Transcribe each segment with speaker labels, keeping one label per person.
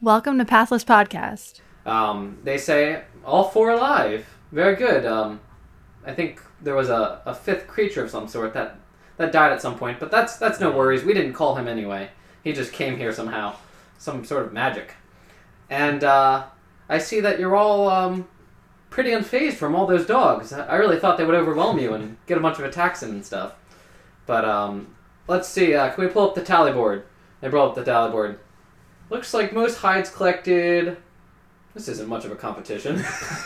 Speaker 1: Welcome to Pathless Podcast.
Speaker 2: Um, they say all four alive. Very good. Um, I think there was a, a fifth creature of some sort that that died at some point, but that's that's no worries. We didn't call him anyway. He just came here somehow, some sort of magic. And uh, I see that you're all um, pretty unfazed from all those dogs. I I really thought they would overwhelm you and get a bunch of attacks in and stuff. But um, let's see. Uh, can we pull up the tally board? They brought up the tally board. Looks like most hides collected. This isn't much of a competition.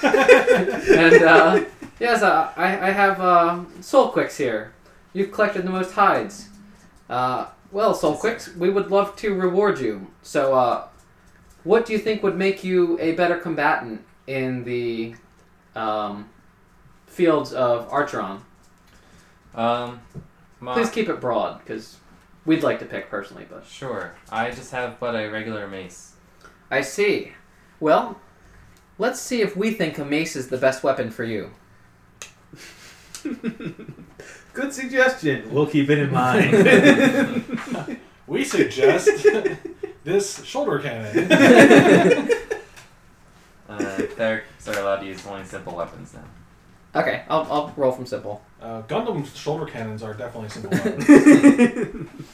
Speaker 2: and uh, yes, uh, I, I have uh, Soulquicks here. You've collected the most hides. Uh, well, Soulquicks, we would love to reward you. So, uh, what do you think would make you a better combatant in the um, fields of Archeron?
Speaker 3: Um, my,
Speaker 2: Please keep it broad, because we'd like to pick personally, but.
Speaker 3: sure. I just have but a regular mace.
Speaker 2: I see. Well, let's see if we think a mace is the best weapon for you.
Speaker 4: Good suggestion. We'll keep it in mind.
Speaker 5: We suggest this shoulder cannon.
Speaker 3: Uh, clerics are allowed to use only simple weapons now.
Speaker 2: Okay, I'll, I'll roll from simple.
Speaker 5: Uh, Gundam shoulder cannons are definitely simple weapons.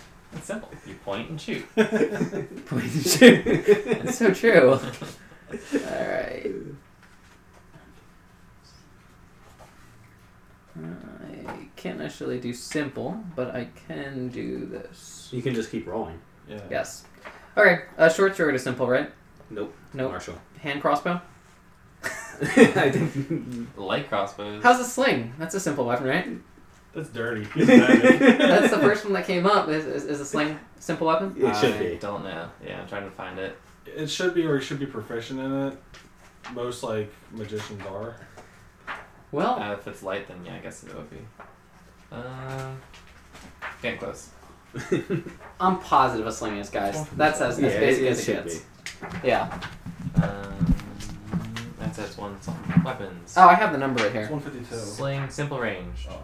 Speaker 3: It's simple. You point and shoot.
Speaker 2: That's so true. Alright. I can't necessarily do simple, but I can do this.
Speaker 4: you can just keep rolling.
Speaker 5: Yeah.
Speaker 2: Yes. Okay, uh, short sword is simple, right?
Speaker 4: Nope.
Speaker 2: Nope.
Speaker 4: Marshall.
Speaker 2: Hand crossbow?
Speaker 4: I didn't-
Speaker 3: Light crossbows.
Speaker 2: How's a sling? That's a simple weapon, right?
Speaker 5: That's dirty. It's
Speaker 2: That's the first one that came up. Is, is, is a sling simple weapon?
Speaker 4: it should
Speaker 3: I
Speaker 4: be.
Speaker 3: don't know. Yeah, I'm trying to find it.
Speaker 5: it should be, or you should be proficient in it. Most like magicians are.
Speaker 2: Well,
Speaker 3: Uh, if it's light, then yeah, I guess it would be. Uh, getting close.
Speaker 2: I'm positive a sling is, guys. That's as, as basic
Speaker 4: it, it
Speaker 2: as it
Speaker 4: should
Speaker 2: gets.
Speaker 4: be.
Speaker 2: Yeah.
Speaker 3: Um, that says one something. Weapons.
Speaker 2: Oh, I have the number right
Speaker 5: It's
Speaker 2: here.
Speaker 5: 152.
Speaker 3: Sling, simple range.
Speaker 5: Oh.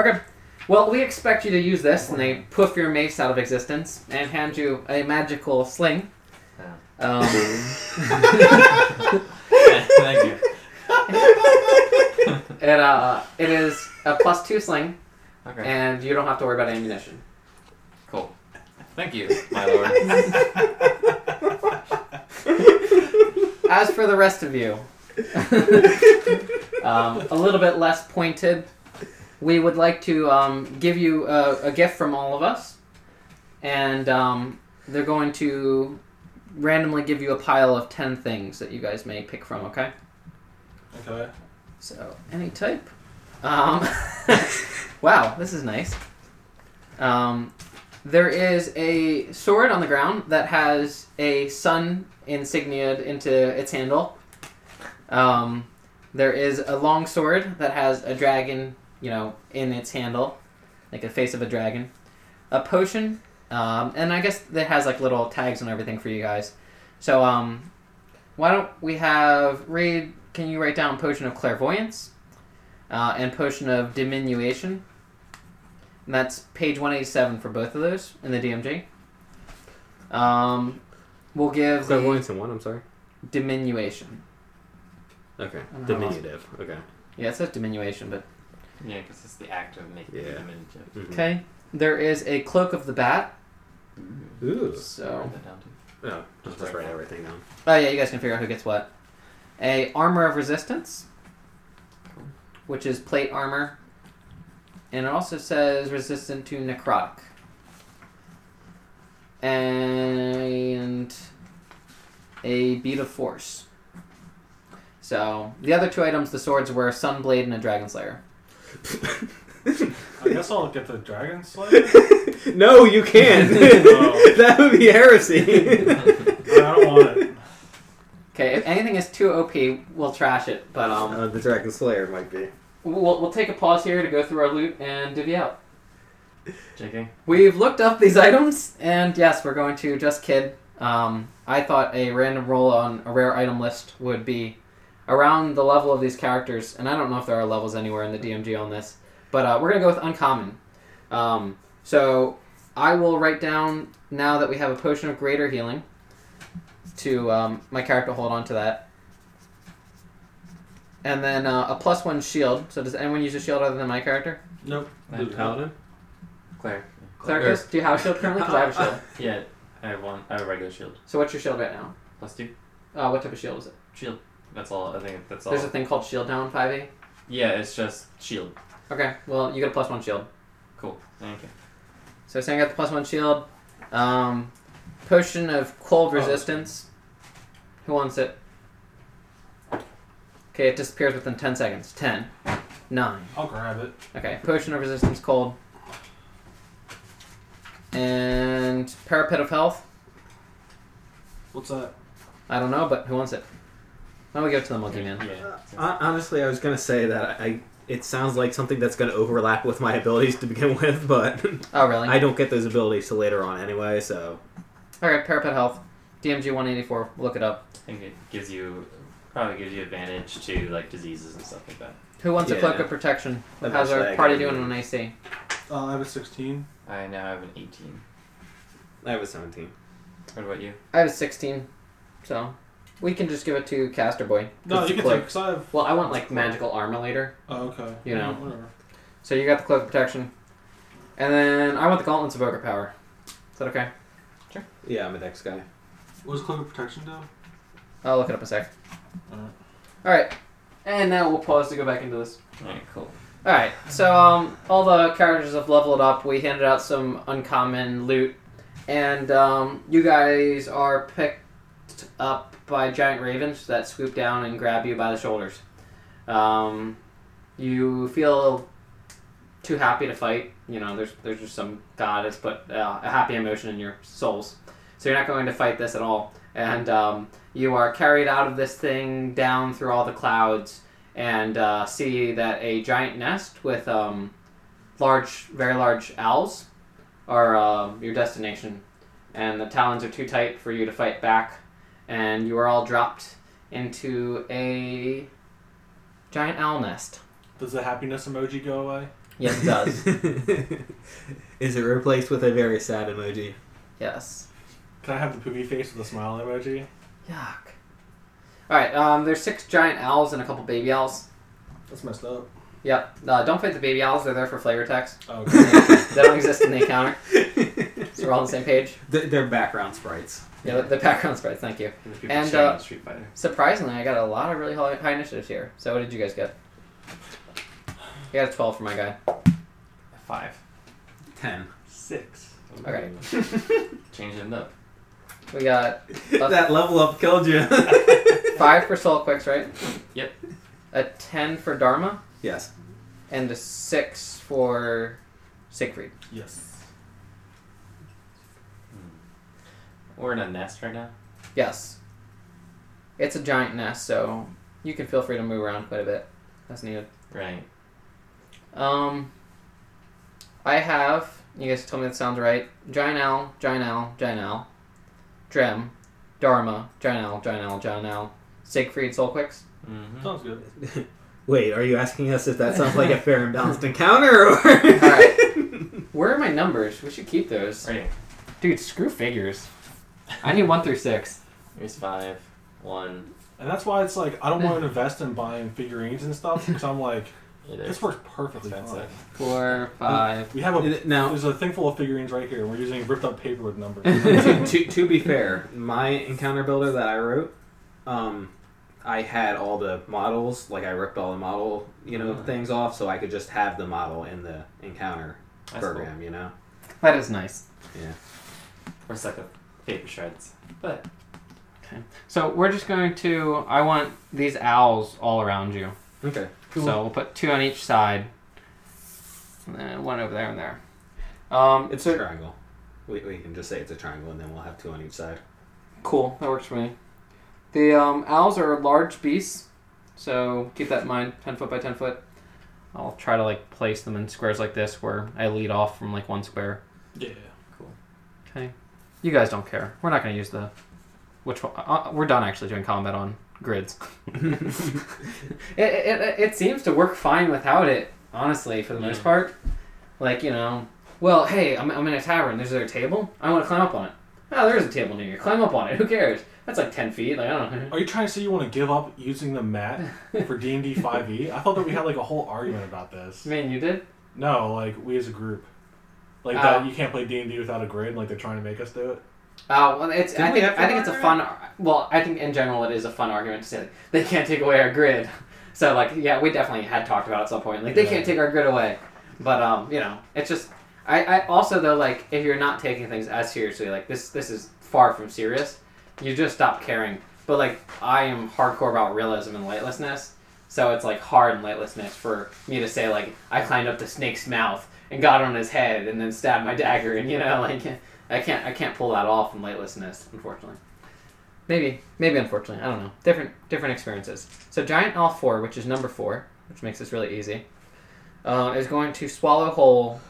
Speaker 2: Okay. Well, we expect you to use this, and they poof your mace out of existence and hand you a magical sling. Um,
Speaker 3: Thank you.
Speaker 2: it, uh, it is a plus two sling,
Speaker 3: Okay.
Speaker 2: and you don't have to worry about ammunition.
Speaker 3: Cool. Thank you, my lord.
Speaker 2: As for the rest of you, um, a little bit less pointed, we would like to um, give you a, a gift from all of us, and um, they're going to randomly give you a pile of 10 things that you guys may pick from, okay?
Speaker 5: Okay.
Speaker 2: So any type. Um, wow, this is nice. Um, there is a sword on the ground that has a sun insignia into its handle. Um, there is a long sword that has a dragon, you know, in its handle, like the face of a dragon. A potion, um, and I guess that has like little tags and everything for you guys. So um, why don't we have read? Can you write down potion of clairvoyance uh, and potion of diminution? And that's page one eighty seven for both of those in the DMG. Um, we'll give the
Speaker 4: Clairvoyance in one, I'm sorry.
Speaker 2: diminution.
Speaker 4: Okay.
Speaker 2: don't know.
Speaker 4: Diminutive. Okay.
Speaker 2: Yeah, it says diminution, but
Speaker 3: Yeah, because it's the act of making
Speaker 4: Yeah.
Speaker 3: the diminutive.
Speaker 6: Mm-hmm.
Speaker 4: Mhm.
Speaker 2: okay. There is a cloak of the bat.
Speaker 4: Ooh.
Speaker 2: So,
Speaker 3: Write that down, too.
Speaker 4: Oh, just, just write everything down.
Speaker 2: oh yeah, you guys can figure out who gets what. A armor of resistance, which is plate armor, and it also says resistant to necrotic. And a bead of force. So the other two items, the swords, were a sunblade and a dragon slayer.
Speaker 5: I guess I'll get the dragon slayer.
Speaker 4: no, you can't.
Speaker 5: No.
Speaker 4: that would be heresy.
Speaker 5: I don't want it.
Speaker 2: Okay, if anything is too OP, we'll trash it. But um,
Speaker 4: Uh, the Dragon Slayer might be.
Speaker 2: We'll, we'll take a pause here to go through our loot and divvy out.
Speaker 3: JK?
Speaker 2: We've looked up these items, and yes, we're going to just kid. Um, I thought a random roll on a rare item list would be around the level of these characters, and I don't know if there are levels anywhere in the DMG on this, but uh, we're going to go with uncommon. Um, so I will write down now that we have a potion of greater healing to um, my character hold on to that. And then uh, a plus one shield. So does anyone use a shield other than my character?
Speaker 5: Nope.
Speaker 3: I
Speaker 5: The
Speaker 6: Uh,
Speaker 3: have-
Speaker 5: paladin?
Speaker 3: Claire.
Speaker 2: Clericus, do you have a shield currently? Because I have a shield.
Speaker 3: Yeah, I have one. I have a regular shield.
Speaker 2: So what's your shield right now?
Speaker 3: Plus two.
Speaker 2: Uh, what type of shield is it?
Speaker 3: Shield. That's all. I think that's all.
Speaker 2: There's a thing called shield now in 5e.
Speaker 3: yeah, it's just shield.
Speaker 2: Okay, well, you get a plus one shield.
Speaker 3: Cool. Thank you.
Speaker 2: So Sam got the plus one shield. Um, potion of cold
Speaker 5: Oh.
Speaker 2: resistance. Who wants it? Okay, it disappears within 10 seconds. 10, 9,
Speaker 5: I'll grab it.
Speaker 2: Okay, potion of resistance cold. And parapet of health.
Speaker 5: What's that?
Speaker 2: I don't know, but who wants it? Why don't we give it to the monkey man?
Speaker 3: Yeah.
Speaker 6: uh, Hon- Honestly, I was gonna say that I. It sounds like something that's gonna overlap with my abilities to begin with, but
Speaker 2: Oh really?
Speaker 6: I don't get those abilities till later on anyway. So
Speaker 2: Alright, parapet health. DMG one eighty four, look it up.
Speaker 3: I think it gives you probably gives you advantage to like diseases and stuff like that.
Speaker 2: Who wants a cloak
Speaker 6: Yeah.
Speaker 2: of protection?
Speaker 6: That
Speaker 2: How's
Speaker 6: match
Speaker 2: our
Speaker 6: that
Speaker 2: party
Speaker 6: again.
Speaker 2: doing on AC?
Speaker 5: Uh, I have a 16.
Speaker 3: I now have an 18.
Speaker 6: I was seventeen.
Speaker 3: What about you?
Speaker 2: I have sixteen, so we can just give it to Caster Boy.
Speaker 5: No,
Speaker 2: It's
Speaker 5: you
Speaker 2: a
Speaker 5: can
Speaker 2: cloak.
Speaker 5: take, because I have.
Speaker 2: Well, I want like magical armor later.
Speaker 5: Oh, okay.
Speaker 2: You know.
Speaker 5: Yeah, Whatever.
Speaker 2: So you got the cloak of protection. And then I want the gauntlets of ogre power. Is that okay?
Speaker 6: Yeah, I'm a dex guy.
Speaker 5: What does Cloak of Protection do?
Speaker 2: I'll look it up in a sec.
Speaker 5: Alright.
Speaker 2: Alright. And now we'll pause to go back into this.
Speaker 3: Alright, cool.
Speaker 2: Alright, so um, all the characters have leveled up. We handed out some uncommon loot. And um, you guys are picked up by giant ravens that swoop down and grab you by the shoulders. Um, you feel too happy to fight. You know, there's, there's just some goddess, but uh, a happy emotion in your souls. So you're not going to fight this at all. And um, you are carried out of this thing down through all the clouds and uh, see that a giant nest with um, large, very large owls are um your destination. And the talons are too tight for you to fight back, and you are all dropped into a giant owl nest.
Speaker 5: Does the happiness emoji go away?
Speaker 2: Yes, it does.
Speaker 6: Is it replaced with a very sad emoji?
Speaker 2: yes.
Speaker 5: Can I have the poopy face with a smile emoji?
Speaker 2: Yuck. All right. Um, there's six giant owls and a couple baby owls.
Speaker 5: That's messed up.
Speaker 2: Yep. Uh, don't fight the baby owls. They're there for flavor text.
Speaker 5: Oh, okay.
Speaker 2: They don't exist in the encounter, so we're all on the same page.
Speaker 6: Th- they're background sprites.
Speaker 2: Yeah, the, the background sprites. Thank you.
Speaker 3: And, the people
Speaker 2: And,
Speaker 3: shouting
Speaker 2: uh,
Speaker 3: at Street Fighter.
Speaker 2: Surprisingly, I got a lot of really high high initiatives here. So what did you guys get? I got a 12 for my guy.
Speaker 3: Five.
Speaker 6: Ten.
Speaker 3: Six.
Speaker 2: Okay.
Speaker 3: Change it up.
Speaker 2: We got
Speaker 6: that level up killed you.
Speaker 2: 5 for Soul Quicks, right?
Speaker 3: Yep.
Speaker 2: A 10 for Dharma,
Speaker 6: yes.
Speaker 2: and a 6 for Siegfried.
Speaker 5: yes.
Speaker 3: We're in a nest right now.
Speaker 2: Yes. It's a giant nest, so you can feel free to move around quite a bit as needed.
Speaker 3: Right.
Speaker 2: Um, I have, you guys tell me that sounds right, giant owl, giant owl, giant owl, Drem, Dharma, giant owl, giant owl, giant owl, Siegfried, Soulquicks.
Speaker 3: Mm-hmm.
Speaker 5: Sounds good.
Speaker 6: Wait, are you asking us if that sounds like a fair and balanced encounter? Or...
Speaker 2: Where are my numbers? We should keep those.
Speaker 3: Right.
Speaker 2: Dude, screw figures. I need one through six.
Speaker 3: Here's five. One.
Speaker 5: And that's why it's like, I don't want to invest in buying figurines and stuff, because I'm like,
Speaker 3: It
Speaker 5: this
Speaker 3: is
Speaker 5: works perfectly fine.
Speaker 3: expensive.
Speaker 2: Four, five.
Speaker 5: We have a
Speaker 6: now,
Speaker 5: There's a thing full of figurines right here. We're using ripped up paper with numbers.
Speaker 6: to, to, to be fair, my encounter builder that I wrote, um, I had all the models. Like I ripped all the model, you know,
Speaker 2: Mm.
Speaker 3: Mhm.
Speaker 6: things off, so I could just have the model in the encounter
Speaker 3: That's
Speaker 6: program. You know.
Speaker 2: That is nice.
Speaker 3: Cool. Or it's like a paper shreds. But
Speaker 2: So we're just going to. I want these owls all around you.
Speaker 6: Okay.
Speaker 2: So we'll put two on each side. And then one over there and there. Um,
Speaker 6: It's a triangle. We, we can just say it's a triangle, and then we'll have two on each side.
Speaker 2: Cool, that works for me. The um, owls are large beasts, so keep that in mind. Ten foot by ten foot. I'll try to like place them in squares like this, where I lead off from like one square.
Speaker 5: yeah.
Speaker 2: Okay. You guys don't care. We're not going to use the. Which one? Uh, we're done actually doing combat on grids. it, it, it- it seems to work fine without it, honestly, for the most
Speaker 3: Yeah.
Speaker 2: part. Like, you know, well, Ah, hey, I'm, I'm in a tavern. There's a table. I want to climb up on it. Oh, there's a table near you. Climb up on it. Who cares? That's like ten feet. Like I don't know.
Speaker 5: Are you trying to say you want to give up using the mat for D and D five e? I thought that we had like a whole argument about this.
Speaker 2: I mean, you did.
Speaker 5: No, like we as a group, like
Speaker 2: Oh.
Speaker 5: that. You can't play D and D without a grid. Like they're trying to make us do it.
Speaker 2: Uh, well, it's.
Speaker 4: Didn't
Speaker 2: I
Speaker 4: we
Speaker 2: think,
Speaker 4: have
Speaker 2: I think it's a
Speaker 4: fun
Speaker 2: fun. ar- Well, I think in general it is a fun argument to say like, they can't take away our grid. So like, yeah, we definitely had talked about it at some point. Like they
Speaker 5: Yeah.
Speaker 2: can't take our grid away, but um, you know, it's just. I, I also though like if you're not taking things as seriously, like this this is far from serious. You just stop caring. But like I am hardcore about realism and lightlessness, so it's like hard and lightlessness for me to say like I climbed up the snake's mouth and got on his head and then stabbed my dagger and you know like. I can't I can't pull that off in lightlessness, unfortunately. Maybe maybe unfortunately, I don't know. Different different experiences. So giant all four, which is number four, which makes this really easy, uh, is going to swallow whole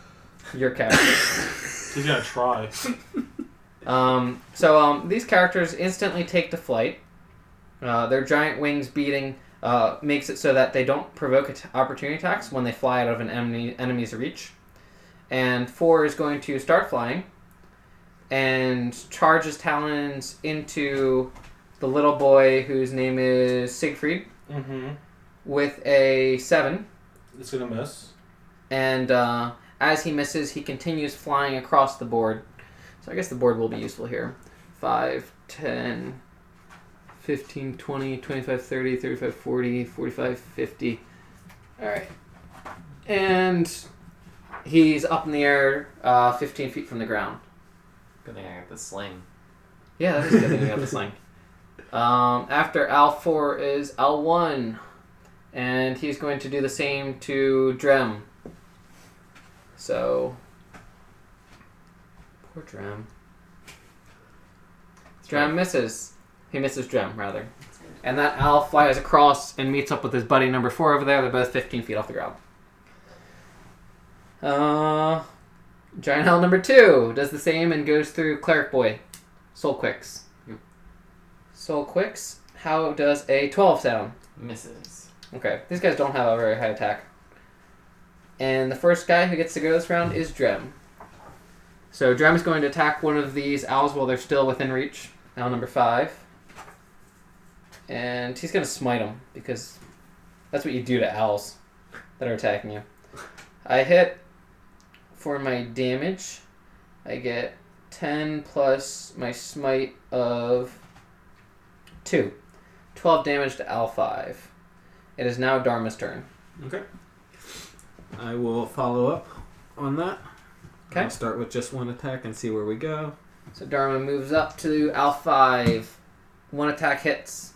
Speaker 2: your character.
Speaker 5: He's gonna try.
Speaker 2: um, so um, these characters instantly take to flight. Uh, their giant wings beating uh, makes it so that they don't provoke att- opportunity attacks when they fly out of an enemy, enemy's reach. And four is going to start flying and charges talons into the little boy whose name is Siegfried
Speaker 5: Mm-hmm.
Speaker 2: with a seven.
Speaker 5: It's gonna miss.
Speaker 2: And uh, as he misses, he continues flying across the board. So I guess the board will be useful here. 5, 10, 15, 20, 25, 30, 35, 40, 45, 50. Alright. And he's up in the air uh, 15 feet from the ground.
Speaker 3: Good thing I got the sling.
Speaker 2: Yeah, that is good that you got the sling. Um, after L4 is L1. And he's going to do the same to Drem. So. Poor Drem. Drem misses. He misses Drem, rather. And that owl flies across and meets up with his buddy number four over there. They're both 15 feet off the ground. Uh, giant owl number two does the same and goes through Cleric Boy. Soul Quicks.
Speaker 3: Hmm.
Speaker 2: Soul Quicks, how does a 12 sound?
Speaker 3: Misses.
Speaker 2: Okay, these guys don't have a very high attack. And the first guy who gets to go this round is Drem. So Drem is going to attack one of these owls while they're still within reach. Owl number five. And he's going to smite him because that's what you do to owls that are attacking you. I hit for my damage. I get 10 plus my smite of 2. 12 damage to owl 5. It is now Dharma's turn.
Speaker 6: I will follow up on that.
Speaker 2: Okay.
Speaker 6: I'll start with just one attack and see where we go.
Speaker 2: So Dharma moves up to L5. One attack hits.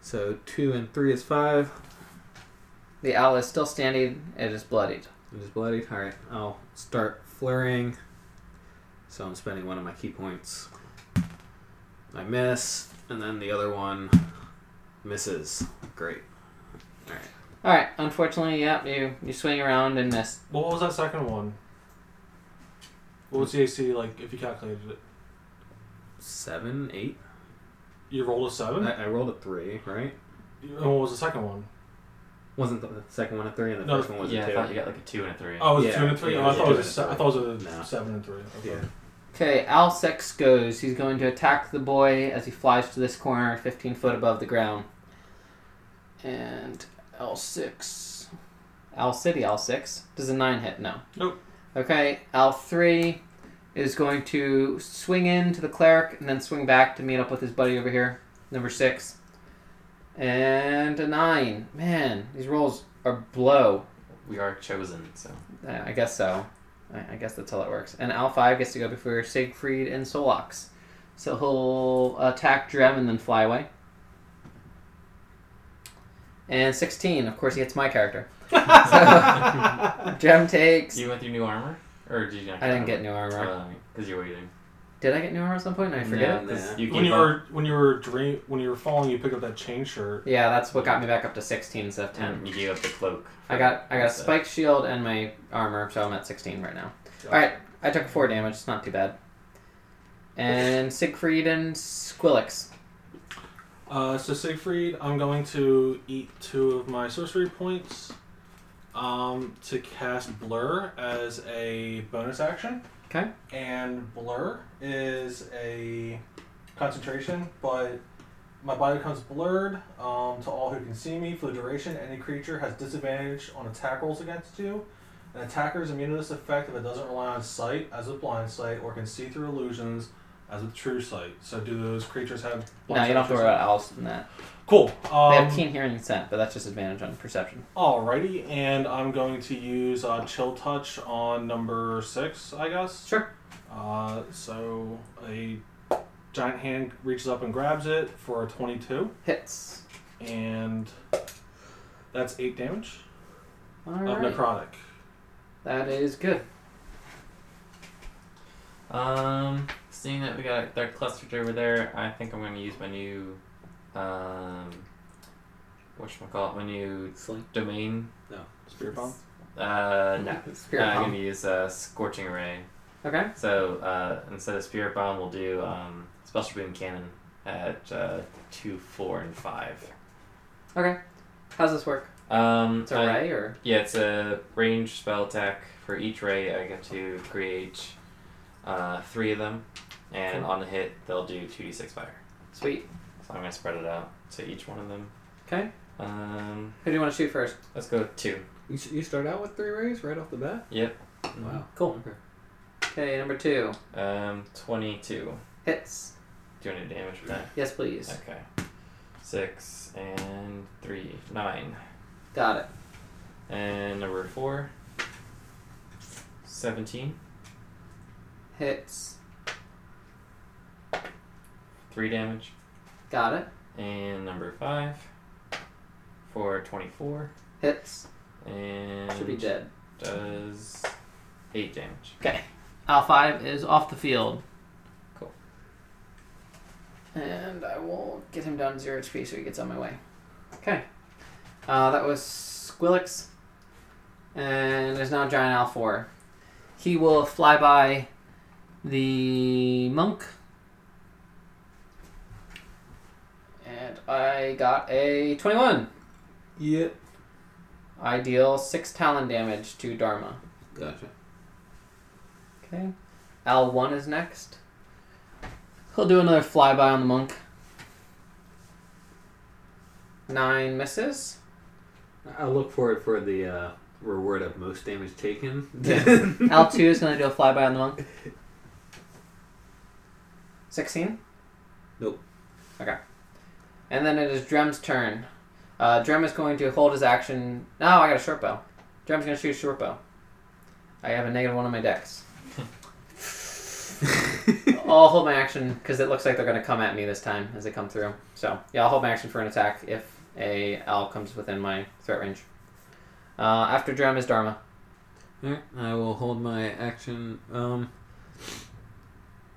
Speaker 6: So two and three is five.
Speaker 2: The owl is still standing. It is bloodied.
Speaker 6: It is bloody. All right, I'll start flurrying. So I'm spending one of my key points. I miss, and then the other one misses. Great.
Speaker 2: All right. Unfortunately, yep. You you swing around and miss.
Speaker 5: What was that second one? What was the AC like if you calculated it?
Speaker 6: Seven, eight.
Speaker 5: You rolled a seven.
Speaker 6: I, I rolled a three, right?
Speaker 5: And what was the second one?
Speaker 6: Wasn't the second one a three, and the
Speaker 5: No,
Speaker 6: first one was
Speaker 3: yeah,
Speaker 6: a
Speaker 3: I
Speaker 6: two?
Speaker 3: thought you got like a two and a three.
Speaker 5: Oh, it was
Speaker 6: Yeah,
Speaker 5: two and a three.
Speaker 6: yeah,
Speaker 5: oh, I
Speaker 6: yeah,
Speaker 5: thought
Speaker 6: two
Speaker 5: it was
Speaker 6: and
Speaker 5: a
Speaker 6: a
Speaker 5: se- I
Speaker 6: three.
Speaker 5: thought it was a
Speaker 6: No.
Speaker 5: seven and three. Okay.
Speaker 6: Yeah.
Speaker 2: Okay. Owl six goes. He's going to attack the boy as he flies to this corner, fifteen foot above the ground. And L six. Owl City L six. Does a nine hit? No.
Speaker 5: Nope.
Speaker 2: Okay. L three is going to swing in to the cleric and then swing back to meet up with his buddy over here, number six. And a nine. Man, these rolls are blow.
Speaker 3: We are chosen, so
Speaker 2: Uh, I guess so. I, I guess that's how that works. And Al five gets to go before Siegfried and Solox, so he'll attack Drem and then fly away. And sixteen, of course, he hits my character. So, Drem takes.
Speaker 3: you went through new armor, or did you? Not
Speaker 2: I didn't get new armor.
Speaker 3: because you're waiting.
Speaker 2: Did I get new armor at some point? and I forget.
Speaker 3: No, 'cause
Speaker 6: Nah.
Speaker 3: You
Speaker 5: When
Speaker 3: gave
Speaker 5: you
Speaker 3: up.
Speaker 5: were when you were dream when you were falling, you picked up that chain shirt.
Speaker 2: Yeah, that's what got me back up to sixteen instead of ten.
Speaker 3: and you gave up the cloak.
Speaker 2: I got I got a
Speaker 3: So-
Speaker 2: spike shield and my armor, so I'm at sixteen right now.
Speaker 5: Gotcha.
Speaker 2: All right, I took four damage. It's not too bad. And Siegfried and Squillix.
Speaker 5: Uh, so Siegfried, I'm going to eat two of my sorcery points um, to cast Blur as a bonus action.
Speaker 2: Okay.
Speaker 5: And Blur is a concentration, but my body becomes blurred um, to all who can see me for the duration. Any creature has disadvantage on attack rolls against you. An attacker is immune to this effect if it doesn't rely on sight, as with blind sight, or can see through illusions, as with true sight. So, do those creatures have?
Speaker 2: No, you don't have to worry about owls and that.
Speaker 5: Cool. Um,
Speaker 2: They have keen hearing and scent, but that's just advantage on perception.
Speaker 5: Alrighty, and I'm going to use uh, Chill Touch on number six, I guess.
Speaker 2: Sure.
Speaker 5: Uh, so a giant hand reaches up and grabs it for a 22,
Speaker 2: Hits.
Speaker 5: and that's eight damage
Speaker 2: All
Speaker 3: Oh,
Speaker 5: of
Speaker 2: right.
Speaker 5: necrotic.
Speaker 2: That is good.
Speaker 3: Um, seeing that we got they're clustered over there, I think I'm gonna use my new, um, whatchamacallit, my new
Speaker 2: Sling.
Speaker 3: domain.
Speaker 5: Spear bomb.
Speaker 3: Uh, no.
Speaker 2: Spirit
Speaker 3: Uh, I'm
Speaker 2: bomb.
Speaker 3: gonna use uh, scorching ray.
Speaker 2: Okay.
Speaker 3: So uh, instead of spirit bomb, we'll do um, special beam cannon at uh, two, four, and five.
Speaker 2: Okay. How's this work?
Speaker 3: Um,
Speaker 2: It's a
Speaker 3: I-
Speaker 2: ray or
Speaker 3: Yeah, it's a range spell attack. For each ray, I get to create uh, three of them, and on the hit, they'll do 2d6 fire.
Speaker 2: sweet.
Speaker 3: So I'm going to spread it out to each one of them.
Speaker 2: Okay.
Speaker 3: Um,
Speaker 2: Who do you want to shoot first?
Speaker 3: let's go with two.
Speaker 6: You, s- you start out with three rays right off the bat.
Speaker 3: Yep.
Speaker 6: Wow.
Speaker 2: Cool.
Speaker 6: Okay.
Speaker 2: Okay, number two
Speaker 3: Um, 22.
Speaker 2: hits.
Speaker 3: Do you want to damage for that?
Speaker 2: Yes, please.
Speaker 3: Okay. Six and three. Nine.
Speaker 2: Got it.
Speaker 3: And number four. 17.
Speaker 2: Hits.
Speaker 3: Three damage.
Speaker 2: Got it.
Speaker 3: And number five. For 24.
Speaker 2: Hits.
Speaker 3: And.
Speaker 2: Should be dead.
Speaker 3: does eight damage.
Speaker 2: Al five is off the field.
Speaker 3: Cool.
Speaker 2: And I will get him down to zero HP so he gets on my way. Okay. Uh, that was Squillix, and there's now Giant Al four. He will fly by the monk. And I got a 21.
Speaker 4: Yep.
Speaker 2: I deal 6 talon damage to Dharma.
Speaker 6: Gotcha.
Speaker 2: Okay. Al one is next. He'll do another flyby on the monk. Nine misses.
Speaker 6: I- I'll look for it for the uh, reward of most damage taken.
Speaker 2: Yeah. Al two is gonna do a flyby on the monk. Sixteen.
Speaker 6: Nope.
Speaker 2: Okay. And then it is Drem's turn. Uh, Drem is going to hold his action. No, I got a short bow. Drem's gonna shoot a short bow. I have a negative one on my dex. I'll hold my action because it looks like they're going to come at me this time as they come through. So yeah, I'll hold my action for an attack if a owl comes within my threat range. Uh, after Drem is Dharma.
Speaker 6: Alright, I will hold my action. Um,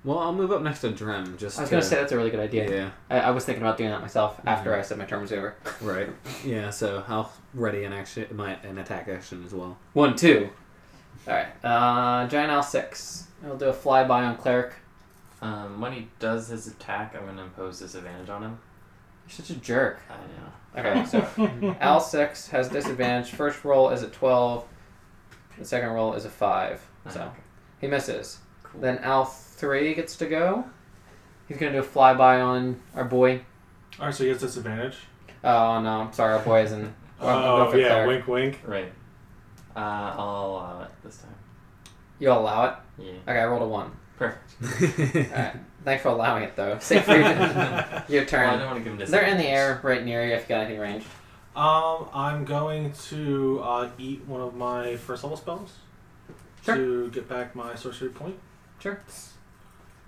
Speaker 6: well, I'll move up next to Drem. Just
Speaker 2: I was going
Speaker 6: to
Speaker 2: to say that's a really good idea.
Speaker 6: yeah,
Speaker 2: I, I was thinking about doing that myself
Speaker 5: Mm-hmm.
Speaker 2: after I said my turn was over.
Speaker 6: right, yeah. So I'll ready an action, my an attack action as well.
Speaker 2: One, two. All right. Uh, Giant Owl six. It'll do a flyby on cleric.
Speaker 3: Um, when he does his attack, I'm gonna impose disadvantage on him.
Speaker 2: You're such a jerk.
Speaker 3: I know.
Speaker 2: Okay, so Al six has disadvantage. First roll is a twelve. The second roll is a five.
Speaker 5: Uh-huh.
Speaker 2: So
Speaker 3: Okay.
Speaker 2: he misses.
Speaker 3: Cool.
Speaker 2: Then Al three gets to go. He's gonna do a flyby on our boy.
Speaker 5: All right, so he has disadvantage.
Speaker 2: Oh no, I'm sorry, our boy is in. Well, I'm
Speaker 5: oh
Speaker 2: going for
Speaker 5: yeah,
Speaker 2: cleric.
Speaker 5: wink, wink.
Speaker 3: Right. Uh, I'll allow it this time.
Speaker 2: You'll allow it.
Speaker 3: Yeah.
Speaker 2: Okay, I rolled a one.
Speaker 3: Perfect.
Speaker 2: Alright. Thanks for allowing it though. Safe for your, your
Speaker 3: Well, I don't
Speaker 2: turn.
Speaker 3: want to give him
Speaker 2: They're
Speaker 3: disadvantage.
Speaker 2: in the air right near you if you got anything ranged.
Speaker 5: Um, I'm going to uh, eat one of my first level spells
Speaker 2: Sure.
Speaker 5: to get back my sorcery point.
Speaker 2: Sure.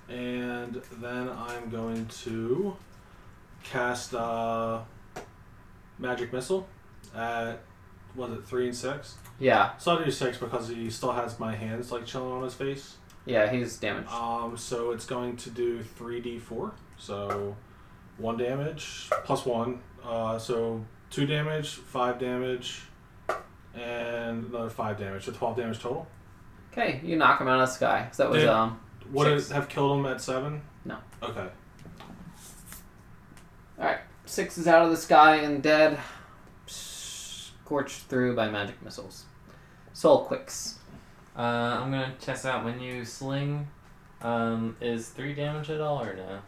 Speaker 5: And then I'm going to cast uh, magic missile at was it three and six?
Speaker 2: Yeah,
Speaker 5: So I'll do six because he still has my hands like chilling on his face.
Speaker 2: yeah, he's damaged.
Speaker 5: Um, so it's going to do three d four. So one damage plus one. Uh, so two damage, five damage, and another five damage. So twelve damage total.
Speaker 2: Okay, you knock him out of the sky. So that was
Speaker 5: Dude.
Speaker 2: um.
Speaker 5: Would
Speaker 2: Six.
Speaker 5: it have killed him at seven?
Speaker 2: No.
Speaker 5: Okay.
Speaker 2: Six is out of the sky and dead, scorched through by magic missiles. Soul quicks.
Speaker 3: Uh, I'm gonna test out my new sling. Um, is three damage at all or no?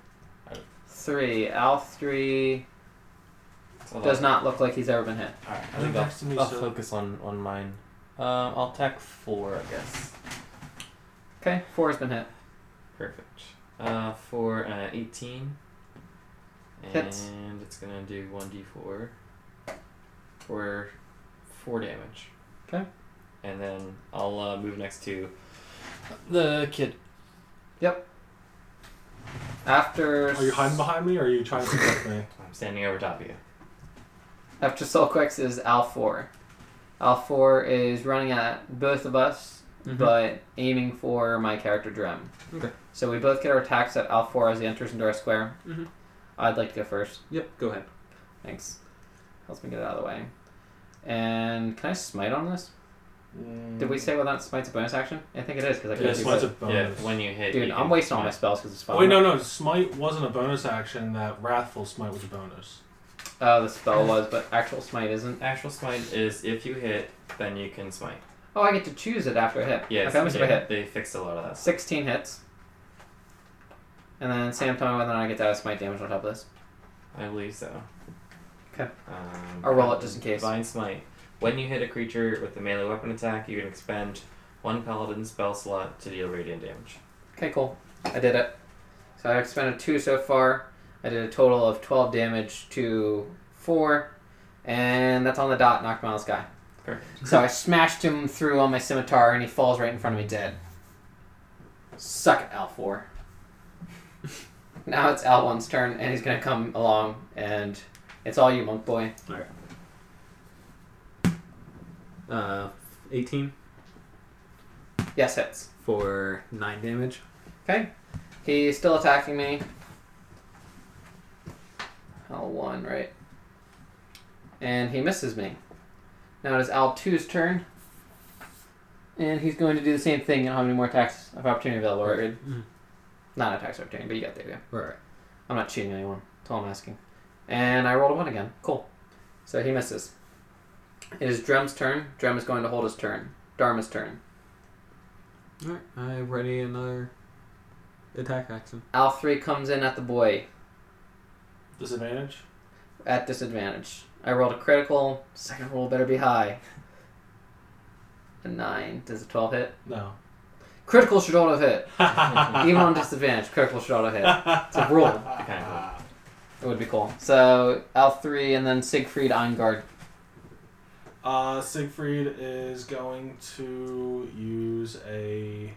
Speaker 3: Out of
Speaker 2: three. Al three does not look like he's ever been hit.
Speaker 5: I
Speaker 3: Alright, I
Speaker 5: think
Speaker 3: think I'll,
Speaker 5: next to me,
Speaker 3: I'll
Speaker 5: so-
Speaker 3: focus on, on mine. Um, I'll attack four, I guess.
Speaker 2: Okay, four has been hit.
Speaker 3: Perfect. Uh, for uh, 18. And
Speaker 2: Hits.
Speaker 3: it's going to do 1d4 for 4 damage.
Speaker 2: 'Kay.
Speaker 3: And then I'll uh, move next to the kid.
Speaker 2: After
Speaker 5: Are you hiding behind me or are you trying to protect me?
Speaker 3: I'm standing over top of you.
Speaker 2: after Solquex is Al four. Al four is running at both of us,
Speaker 6: Mhm.
Speaker 2: but aiming for my character Drem.
Speaker 6: Okay.
Speaker 2: So we both get our attacks at Al four as he enters into our square.
Speaker 6: Mhm.
Speaker 2: I'd like to go first.
Speaker 6: Yep, go ahead.
Speaker 2: Thanks. Helps me get it out of the way. And can I smite on this? Did we say whether or not smite's a bonus action? I think it is because I
Speaker 5: Yeah,
Speaker 2: can do
Speaker 5: smite's
Speaker 2: both.
Speaker 5: a bonus.
Speaker 3: Yeah, when you hit.
Speaker 2: Dude,
Speaker 3: you
Speaker 2: I'm
Speaker 3: can
Speaker 2: wasting all my
Speaker 3: smash.
Speaker 2: spells because it's fun.
Speaker 5: Wait, no, no. Smite wasn't a bonus action. That wrathful smite was a bonus.
Speaker 2: Oh, the spell was, but actual smite isn't.
Speaker 3: Actual smite is if you hit, then you can smite.
Speaker 2: Oh, I get to choose it after a hit.
Speaker 3: Yes,
Speaker 2: Okay, I'm just
Speaker 3: yeah,
Speaker 2: gonna hit.
Speaker 3: they fixed a lot of that.
Speaker 2: 16 hits. And then Sam, tell me whether or not I get that as smite damage on top of this.
Speaker 3: I believe so.
Speaker 2: 'Kay.
Speaker 3: Um,
Speaker 2: I'll roll it just in case.
Speaker 3: Divine Smite. When you hit a creature with a melee weapon attack, you can expend one paladin spell slot to deal radiant damage.
Speaker 2: Okay, cool. I did it. So I've expended two so far. I did a total of 12 damage to four. And that's on the dot, knocked him out of the sky.
Speaker 3: Perfect.
Speaker 2: So I smashed him through on my scimitar and he falls right in front of me dead. Suck it, L4. now it's L1's turn and he's gonna come along and it's all you, monk boy.
Speaker 6: Uh, 18
Speaker 2: Yes, hits.
Speaker 6: for 9 damage.
Speaker 2: Okay. He's still attacking me. L1, right? And he misses me. Now it is L2's turn. And he's going to do the same thing. You don't have any more attacks of opportunity available, right? Reed?
Speaker 6: Mhm.
Speaker 2: Not attacks of opportunity, but you got the idea.
Speaker 6: Alright.
Speaker 2: I'm not cheating anyone. That's all I'm asking. And I rolled a one again. Cool. So he misses. It is Drem's turn. Drem is going to hold his turn. Dharma's turn.
Speaker 6: Alright, I ready another attack action.
Speaker 2: Al three comes in at the boy
Speaker 5: Disadvantage.
Speaker 2: at disadvantage. I rolled a critical. Second roll better be high. A nine. Does a twelve hit?
Speaker 5: No.
Speaker 2: Critical should auto hit. Even on disadvantage, critical should auto hit. It's a rule.
Speaker 3: Kind of
Speaker 2: It would be cool. So Al three and then Siegfried Eingard.
Speaker 5: Uh, Siegfried is going to use a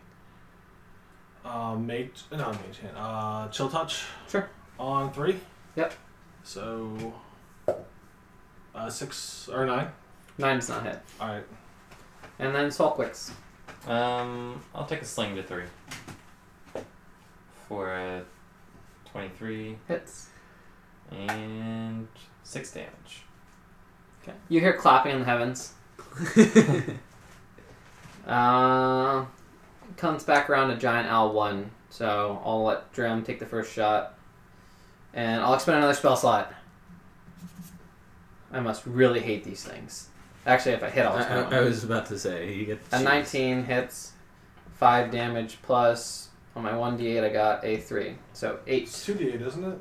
Speaker 5: uh, mage, not mage hand, uh, chill touch.
Speaker 2: Sure.
Speaker 5: On three.
Speaker 2: Yep.
Speaker 5: So uh, six or nine.
Speaker 2: Nine does not hit.
Speaker 5: All right.
Speaker 2: And then Solquix.
Speaker 3: cool.
Speaker 2: Ah.
Speaker 3: Um, I'll take a sling to three. For uh, a 23
Speaker 2: Hits.
Speaker 3: and 6 damage.
Speaker 2: Okay. You hear clapping in the heavens. uh, comes back around to giant owl one. So I'll let Drem take the first shot, and I'll expend another spell slot. I must really hate these things. Actually, if I hit,
Speaker 6: I,
Speaker 2: I'll expend
Speaker 6: I,
Speaker 2: one.
Speaker 6: I was about to say, you get to
Speaker 2: A
Speaker 6: choose.
Speaker 2: nineteen hits, five damage plus on my one d8. I got a three, so
Speaker 5: It's
Speaker 2: eight.
Speaker 5: two d8, isn't it?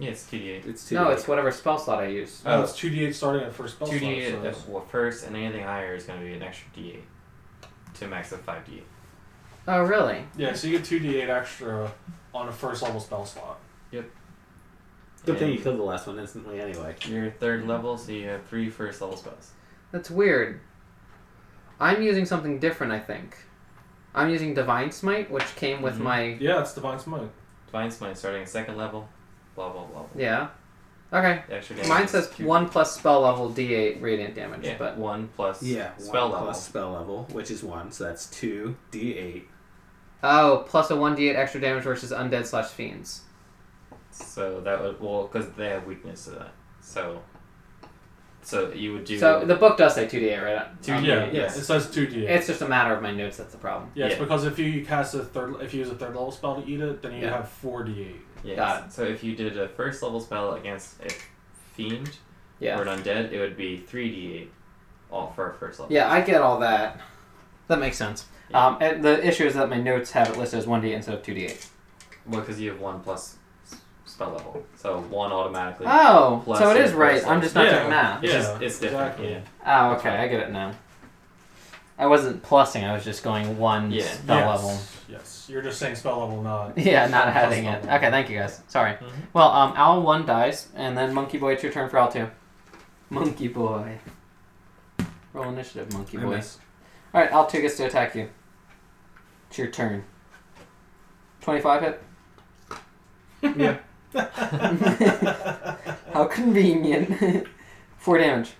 Speaker 3: Yeah, it's 2d8.
Speaker 6: It's two.
Speaker 2: No, it's whatever spell slot I use.
Speaker 3: Oh.
Speaker 5: No, it's two d8 starting at first spell.
Speaker 3: 2d8
Speaker 5: slot, so-
Speaker 3: at well, first, and anything higher is going to be an extra d8 to a max of 5d8.
Speaker 2: Oh, really?
Speaker 5: Yeah, so you get two d8 extra on a first level spell slot.
Speaker 6: Good thing you
Speaker 3: And
Speaker 6: killed the last one instantly anyway.
Speaker 3: You're third
Speaker 2: Mm-hmm.
Speaker 3: level, so you have three first level spells.
Speaker 2: That's weird. I'm using something different, I think. I'm using Divine Smite, which came with
Speaker 6: Mm-hmm.
Speaker 3: Mhm.
Speaker 2: my.
Speaker 5: Yeah, it's divine smite.
Speaker 3: Divine Smite starting at second level, blah blah blah. blah.
Speaker 2: Yeah. Okay.
Speaker 3: The extra damage
Speaker 2: Mine
Speaker 3: is
Speaker 2: says
Speaker 3: two-
Speaker 2: 1 plus spell level d8 radiant damage,
Speaker 3: Yeah,
Speaker 2: but.
Speaker 3: one plus
Speaker 6: Yeah,
Speaker 3: spell
Speaker 6: one
Speaker 3: level.
Speaker 6: plus spell level, which is one, so that's two d8.
Speaker 2: Oh, plus a 1d8 extra damage versus undead slash fiends.
Speaker 3: So that would well because they have weakness to that. So so you would do
Speaker 2: So the book does say 2d8, right? Um,
Speaker 3: Two-
Speaker 5: yeah,
Speaker 3: yeah, yes.
Speaker 5: it says 2d8.
Speaker 2: It's just a matter of my notes that's the problem.
Speaker 5: Yes,
Speaker 3: Yeah.
Speaker 5: because if you cast a third, if you use a third level spell to eat it, then you
Speaker 2: Yeah.
Speaker 5: have four d8.
Speaker 3: yes.
Speaker 2: got
Speaker 3: So if you did a first level spell against a fiend
Speaker 2: Yeah.
Speaker 3: or an undead, it would be three d eight, all for a first level.
Speaker 2: Yeah, I get all that. That makes sense.
Speaker 3: Yeah.
Speaker 2: Um, and the issue is that my notes have it listed as 1d8 instead of 2d8.
Speaker 3: Well, because you have one plus s- spell level. So one automatically.
Speaker 2: Oh,
Speaker 3: Plus
Speaker 2: so it is
Speaker 3: and
Speaker 2: right.
Speaker 3: plus
Speaker 2: I'm just not
Speaker 4: Yeah.
Speaker 2: doing math.
Speaker 3: It's,
Speaker 5: Yeah,
Speaker 3: just, it's different.
Speaker 5: exactly.
Speaker 3: Yeah.
Speaker 2: Oh, okay, I get it now. I wasn't plussing. I was just going one
Speaker 3: Yeah.
Speaker 2: spell
Speaker 5: yes.
Speaker 2: level.
Speaker 5: Yes. You're just saying spell level, not.
Speaker 2: Yeah, not
Speaker 5: Plus
Speaker 2: adding it.
Speaker 5: level. Mm-hmm.
Speaker 2: Okay, thank you guys. Sorry.
Speaker 3: Mhm.
Speaker 2: Well, um, Owl one dies, and then Monkey Boy. It's your turn for Owl two. Monkey Boy. Roll initiative, Monkey
Speaker 6: I
Speaker 2: Boy.
Speaker 6: missed.
Speaker 2: All right, Owl two gets to attack you. It's your turn. Twenty-five hit.
Speaker 4: Yeah.
Speaker 2: How convenient. Four damage.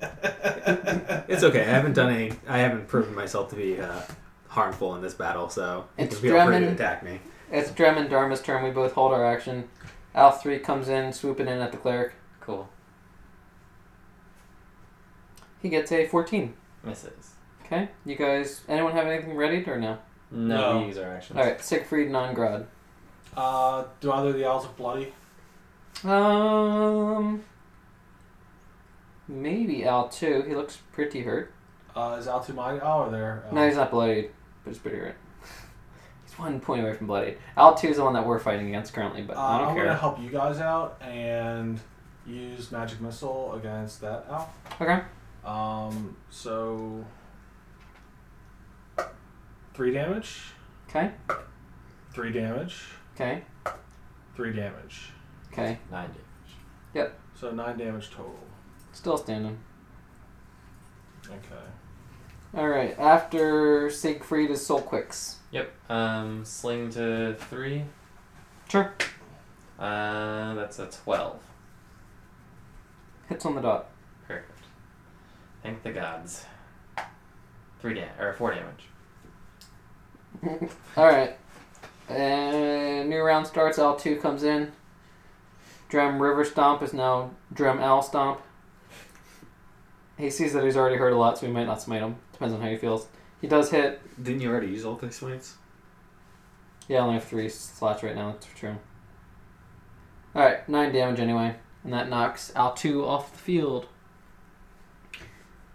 Speaker 6: It's okay. I haven't done any. I haven't proven myself to be uh, harmful in this battle, so you
Speaker 2: It's
Speaker 6: can feel free to
Speaker 2: Drummond.
Speaker 6: attack me.
Speaker 2: It's Drem and Dharma's turn. We both hold our action. Owl three comes in, swooping in at the cleric.
Speaker 3: Cool.
Speaker 2: He gets a fourteen.
Speaker 3: Misses.
Speaker 2: Okay, you guys. Anyone have anything ready or no?
Speaker 3: No,
Speaker 5: No.
Speaker 3: we use our actions.
Speaker 2: All right, Siegfried Nongrod.
Speaker 5: Uh, do either of the owls look bloody?
Speaker 2: Um, maybe Al too. He looks pretty hurt.
Speaker 5: Uh, is Altu my owl there?
Speaker 2: No, he's not bloodied, but he's pretty hurt. He's one point away from bloodied. Al two is the one that we're fighting against currently, but
Speaker 5: Uh,
Speaker 2: I don't
Speaker 5: I'm gonna
Speaker 2: care.
Speaker 5: help you guys out and use magic missile against that owl.
Speaker 2: Okay,
Speaker 5: Um, so three damage,
Speaker 2: okay,
Speaker 5: three damage,
Speaker 2: okay,
Speaker 5: three damage.
Speaker 2: okay.
Speaker 3: Nine damage.
Speaker 5: So nine damage total.
Speaker 2: Still standing.
Speaker 5: Okay.
Speaker 2: All right. After Siegfried is Soul Quicks.
Speaker 3: Yep. Um, sling to three.
Speaker 2: Sure.
Speaker 3: Uh, that's a twelve.
Speaker 2: Hits on the dot.
Speaker 3: Perfect. Thank the gods. Three damage or four damage.
Speaker 2: All right. And new round starts. Al two comes in. Drem River Stomp is now Drem Owl Stomp. He sees that he's already hurt a lot, so he might not smite him. Depends on how he feels. He does hit.
Speaker 6: Didn't you already use all three smites?
Speaker 2: Yeah, I only have three slots right now. That's true. All right, nine damage anyway, and that knocks Al two off the field.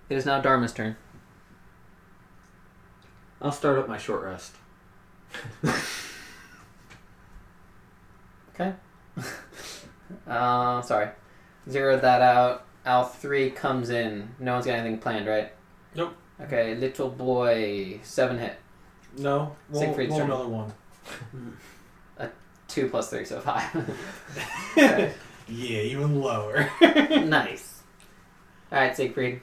Speaker 2: It is now Dharma's turn.
Speaker 6: I'll start up my short rest.
Speaker 2: Uh, sorry. Zeroed that out. Al 3 comes in. No one's got anything planned, right?
Speaker 5: Nope.
Speaker 2: Okay, little boy, 7 hit.
Speaker 5: No, roll,
Speaker 2: Siegfried's
Speaker 5: roll
Speaker 2: turn.
Speaker 5: another one.
Speaker 2: 2 plus 3, so 5.
Speaker 5: Yeah, even lower.
Speaker 2: nice. Alright, Siegfried.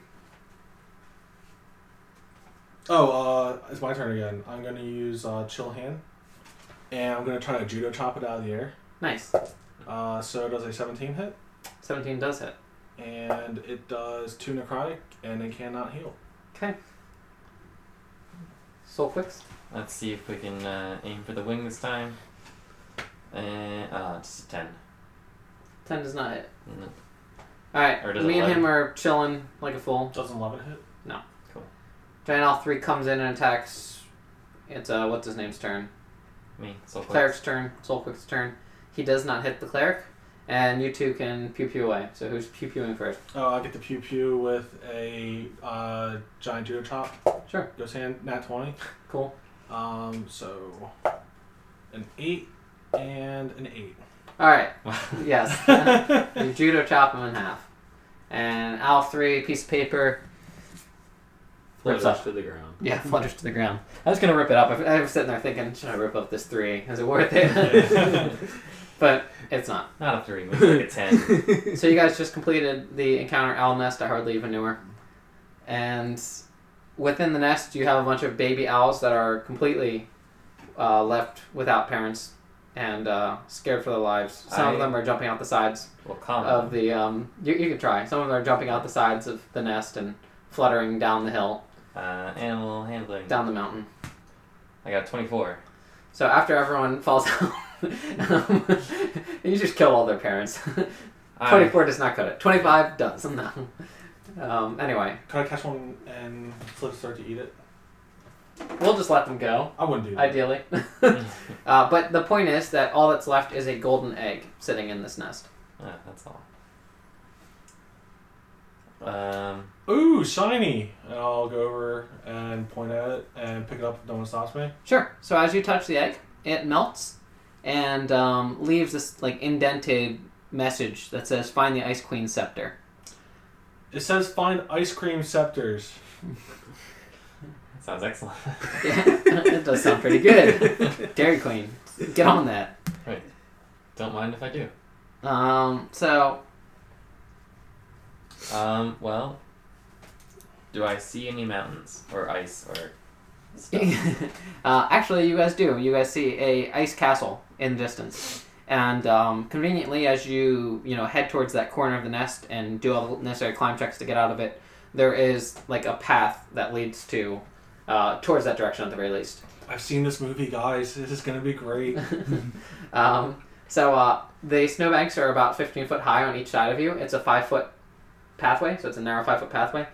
Speaker 5: Oh, uh, it's my turn again. I'm gonna use uh, chill hand, and I'm gonna try to judo chop it out of the air.
Speaker 2: Nice.
Speaker 5: Uh, so it does a 17 hit,
Speaker 2: 17 does hit.
Speaker 5: and it does two necrotic, and it cannot heal.
Speaker 2: Okay. Soul quicks.
Speaker 3: Let's see if we can uh, aim for the wing this time. And uh, just a ten.
Speaker 2: 10 does not hit.
Speaker 3: No.
Speaker 2: Alright,
Speaker 3: Or does
Speaker 2: me and
Speaker 3: 11?
Speaker 2: him are chilling like a fool.
Speaker 5: Does 11 hit?
Speaker 2: Giant Al 3 comes in and attacks. It's, uh, what's his name's turn?
Speaker 3: Me. So close.
Speaker 2: Cleric's turn, Soul Quick's turn. He does not hit the cleric, and you two can pew pew away. So who's pew pewing first?
Speaker 5: Oh, I get the pew pew with a uh, giant judo chop.
Speaker 2: Sure.
Speaker 5: Goes hand, nat 20.
Speaker 2: Cool.
Speaker 5: Um, so an 8 and an 8.
Speaker 2: All right. Yes. you judo chop him in half, and Al three piece of paper. Rips
Speaker 6: Flutters
Speaker 2: up.
Speaker 6: to the ground.
Speaker 2: Yeah, flutters to the ground. I was gonna rip it up. I I was sitting there thinking, should I rip up this three? Is it worth it? but it's not.
Speaker 3: Not a three. Maybe like a ten.
Speaker 2: So you guys just completed the encounter owl nest. I hardly even knew her, and within the nest you have a bunch of baby owls that are completely uh, left without parents and uh, scared for their lives. Some
Speaker 3: I- Uh-huh.
Speaker 2: of them are jumping out the sides.
Speaker 3: Well, come.
Speaker 2: of the um you, you can try some of them are jumping out the sides of the nest and fluttering down the hill
Speaker 3: uh, animal handling.
Speaker 2: down the mountain
Speaker 3: I got twenty-four.
Speaker 2: so after everyone falls out um, you just kill all their parents
Speaker 3: I-
Speaker 2: 24 does not cut it 25 does no um, anyway
Speaker 5: Can I catch one and flip start to eat it?
Speaker 2: we'll just let them go
Speaker 5: I wouldn't do that.
Speaker 2: ideally uh, but the point is that all that's left is a golden egg sitting in this nest
Speaker 3: Yeah, Uh, that's all. Um,
Speaker 5: Ooh, shiny! And I'll go over and point at it and pick it up if no one stops me.
Speaker 2: Sure. So as you touch the egg, it melts and um, leaves this like indented message that says "Find the Ice Queen scepter."
Speaker 5: It says find ice cream scepters.
Speaker 3: Sounds excellent.
Speaker 2: Yeah, that does sound pretty good. Dairy Queen, get on that.
Speaker 3: Don't mind if I do.
Speaker 2: Um, so
Speaker 3: Um, well, do I see any mountains or ice or stuff?
Speaker 2: uh, actually, you guys do. You guys see a ice castle in the distance, and um, conveniently, as you you know head towards that corner of the nest and do all the necessary climb checks to get out of it, there is like a path that leads to uh, towards that direction at the very least.
Speaker 5: I've seen this movie, guys. This is gonna be great.
Speaker 2: Um, so uh, the snowbanks are about 15 foot high on each side of you. It's a five foot pathway, so it's a narrow five foot pathway.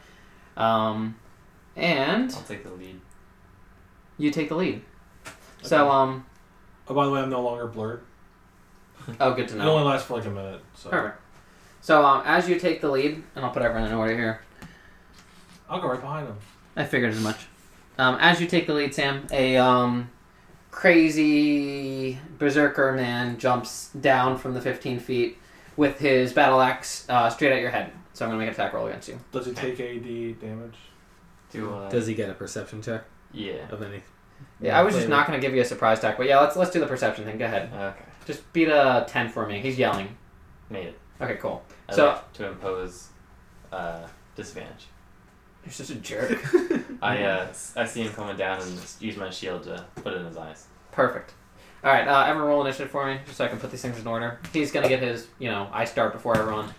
Speaker 2: Um, and
Speaker 3: I'll take the lead.
Speaker 2: you take the lead. So, um,
Speaker 5: Oh, by the way, I'm no longer blurred.
Speaker 2: oh, good to
Speaker 5: It
Speaker 2: know.
Speaker 5: only lasts for like a minute. So
Speaker 2: Perfect. So, um, as you take the lead, and I'll put everyone in order here.
Speaker 5: I'll go right behind him.
Speaker 2: I figured as much. Um, as you take the lead, Sam, a um, crazy berserker man jumps down from the 15 feet with his battle axe uh, straight at your head. So I'm gonna make an attack roll against you.
Speaker 5: Does it take AD damage?
Speaker 3: Do uh,
Speaker 6: Does he get a perception check
Speaker 3: yeah.
Speaker 6: of any?
Speaker 2: Yeah, I was just not going to give you a surprise attack, but yeah, let's let's do the perception thing. Go ahead.
Speaker 3: Okay,
Speaker 2: Just beat a ten for me. He's yelling.
Speaker 3: made it.
Speaker 2: Okay, cool.
Speaker 3: I'd
Speaker 2: So-
Speaker 3: like to impose uh, disadvantage.
Speaker 2: You're such a jerk.
Speaker 3: I uh, s- I see him coming down and just use my shield to put it in his eyes.
Speaker 2: Perfect. All right, uh, everyone roll initiative for me, just so I can put these things in order. He's gonna get his, you know, I start before everyone.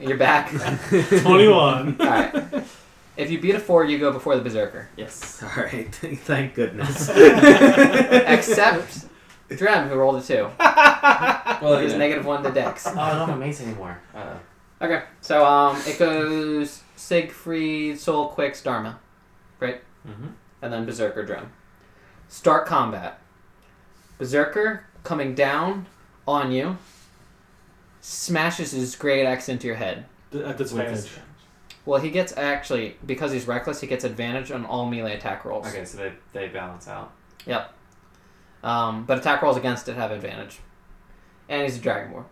Speaker 2: You're back.
Speaker 5: Twenty-one.
Speaker 2: All right. If you beat a four, you go before the berserker.
Speaker 3: Yes.
Speaker 6: All right, thank goodness.
Speaker 2: Except Drem, who rolled a two.
Speaker 6: Oh,
Speaker 3: Well,
Speaker 2: He's negative one to Dex.
Speaker 3: Oh, I don't have mace anymore. Uh,
Speaker 2: Okay, so um, it goes Siegfried, Soul, Quicks, Dharma,
Speaker 3: mm-hmm.
Speaker 2: and then Berserker Drum. Start combat. Berserker coming down on you, smashes his great axe into your head.
Speaker 5: D- At disadvantage.
Speaker 2: Well, he gets actually because he's reckless, he gets advantage on all melee attack rolls.
Speaker 3: Okay, so they, they balance out.
Speaker 2: Um, but attack rolls against it have advantage. And he's a dragonborn.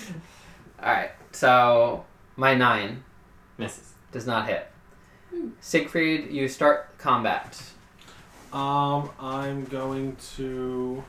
Speaker 2: all right, so my nine.
Speaker 3: Misses.
Speaker 2: does not hit. Siegfried, you start combat.
Speaker 5: Um, I'm going to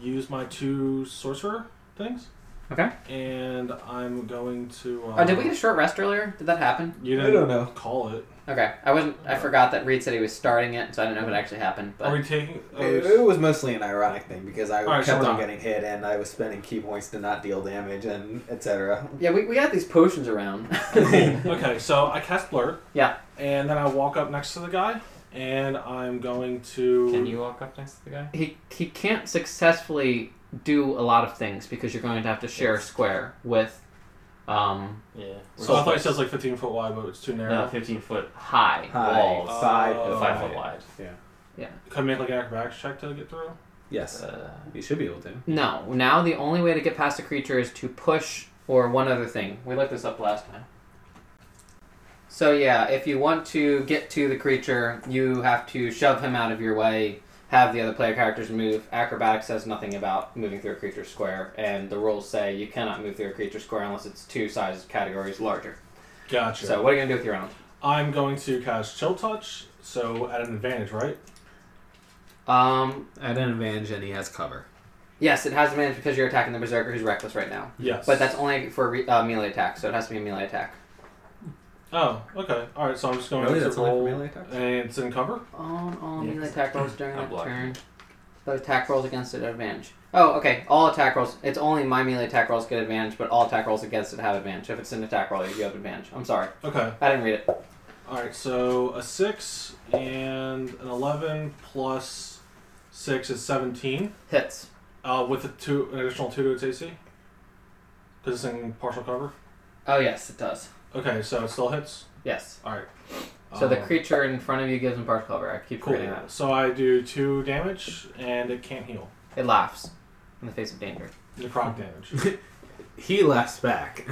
Speaker 5: use my two sorcerer things.
Speaker 2: Okay.
Speaker 5: And I'm going to. Um,
Speaker 2: Oh, did we get a short rest earlier? Did that happen?
Speaker 5: You
Speaker 4: I
Speaker 5: didn't
Speaker 4: don't know.
Speaker 5: call it.
Speaker 2: Okay, I wasn't. I forgot that Reed said he was starting it, so I didn't know if it actually happened.
Speaker 5: Are
Speaker 2: But
Speaker 5: we taking? oh,
Speaker 4: It, it was mostly an ironic thing because I
Speaker 5: Alright, so
Speaker 4: kept
Speaker 5: we're
Speaker 4: on
Speaker 5: not.
Speaker 4: getting hit and I was spending key points to not deal damage and etc.
Speaker 2: yeah, we, we got these potions around.
Speaker 5: okay, so I cast blur.
Speaker 2: Yeah.
Speaker 5: And then I walk up next to the guy, and I'm going to.
Speaker 3: Can you walk up next to the guy?
Speaker 2: he he can't successfully do a lot of things because you're going to have to share a square with, um,
Speaker 3: Yeah.
Speaker 5: So I thought it says like 15 foot wide, but it's too narrow.
Speaker 3: no, 15 foot,
Speaker 2: high.
Speaker 4: High,
Speaker 3: Walls.
Speaker 4: five,
Speaker 5: Oh.
Speaker 3: 5 foot wide.
Speaker 5: Can I make like an acrobatics check to get through?
Speaker 4: Yes,
Speaker 3: Uh,
Speaker 6: you should be able to.
Speaker 2: No, now the only way to get past a creature is to push or one other thing. We looked this up last time. So yeah, if you want to get to the creature, you have to shove him out of your way, have the other player characters move. Acrobatics says nothing about moving through a creature square, and the rules say you cannot move through a creature square unless it's two size categories larger.
Speaker 5: Gotcha.
Speaker 2: So what are you gonna do with your round?
Speaker 5: I'm going to cast chill touch, so at an advantage, right?
Speaker 2: Um,
Speaker 6: At an advantage, and he has cover.
Speaker 2: yes, it has advantage because you're attacking the berserker who's reckless right now.
Speaker 5: Yes.
Speaker 2: Mm-hmm. But that's only for re- uh, melee attack, so it has to be a melee attack.
Speaker 5: Oh, okay. All right. So I'm just going
Speaker 6: Really,
Speaker 5: to
Speaker 6: that's only for
Speaker 5: roll,
Speaker 6: melee attacks.
Speaker 5: and it's in cover.
Speaker 2: On all
Speaker 3: Yeah,
Speaker 2: melee
Speaker 3: 'cause
Speaker 2: attack rolls during
Speaker 3: I'm
Speaker 2: that
Speaker 3: blocking.
Speaker 2: turn. But attack rolls against it have advantage. Oh, okay. All attack rolls. It's only my melee attack rolls get advantage, but all attack rolls against it have advantage. If it's an attack roll, you have advantage. I'm sorry.
Speaker 5: Okay.
Speaker 2: I didn't read it.
Speaker 5: All right. So a six and an eleven plus six is seventeen.
Speaker 2: Hits.
Speaker 5: Uh, with a two, an additional two to its AC. Because it's in partial cover.
Speaker 2: Oh, yes, it does.
Speaker 5: Okay, so it still hits.
Speaker 2: Yes.
Speaker 5: All right.
Speaker 2: So the
Speaker 3: Oh.
Speaker 5: Um,
Speaker 2: creature in front of you gives him partial cover. I keep
Speaker 5: Cool.
Speaker 2: forgetting that.
Speaker 5: So I do two damage, and it can't heal.
Speaker 2: It laughs in the face of danger.
Speaker 5: Necrotic damage.
Speaker 6: He laughs back.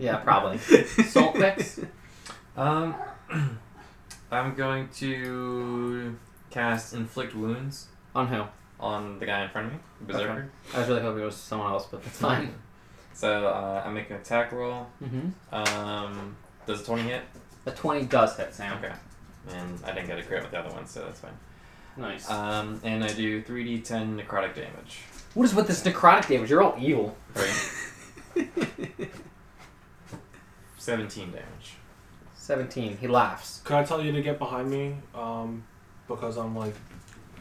Speaker 2: Yeah, probably. Soul picks.
Speaker 3: Um, I'm going to cast inflict wounds
Speaker 2: On who?
Speaker 3: on the guy in front of me, berserker.
Speaker 2: I was really hoping it was someone else, but that's fine.
Speaker 3: So uh, I make an attack roll.
Speaker 2: mm-hmm.
Speaker 3: Um, does a twenty hit?
Speaker 2: A 20 does hit, Sam.
Speaker 3: Okay. And I didn't get a crit with the other one, so that's fine.
Speaker 2: Nice.
Speaker 3: Um, and I do three d ten necrotic damage.
Speaker 2: what is with this necrotic damage? You're all evil.
Speaker 3: Right. Seventeen damage.
Speaker 2: 17. He laughs.
Speaker 5: Can I tell you to get behind me? Um, because I'm like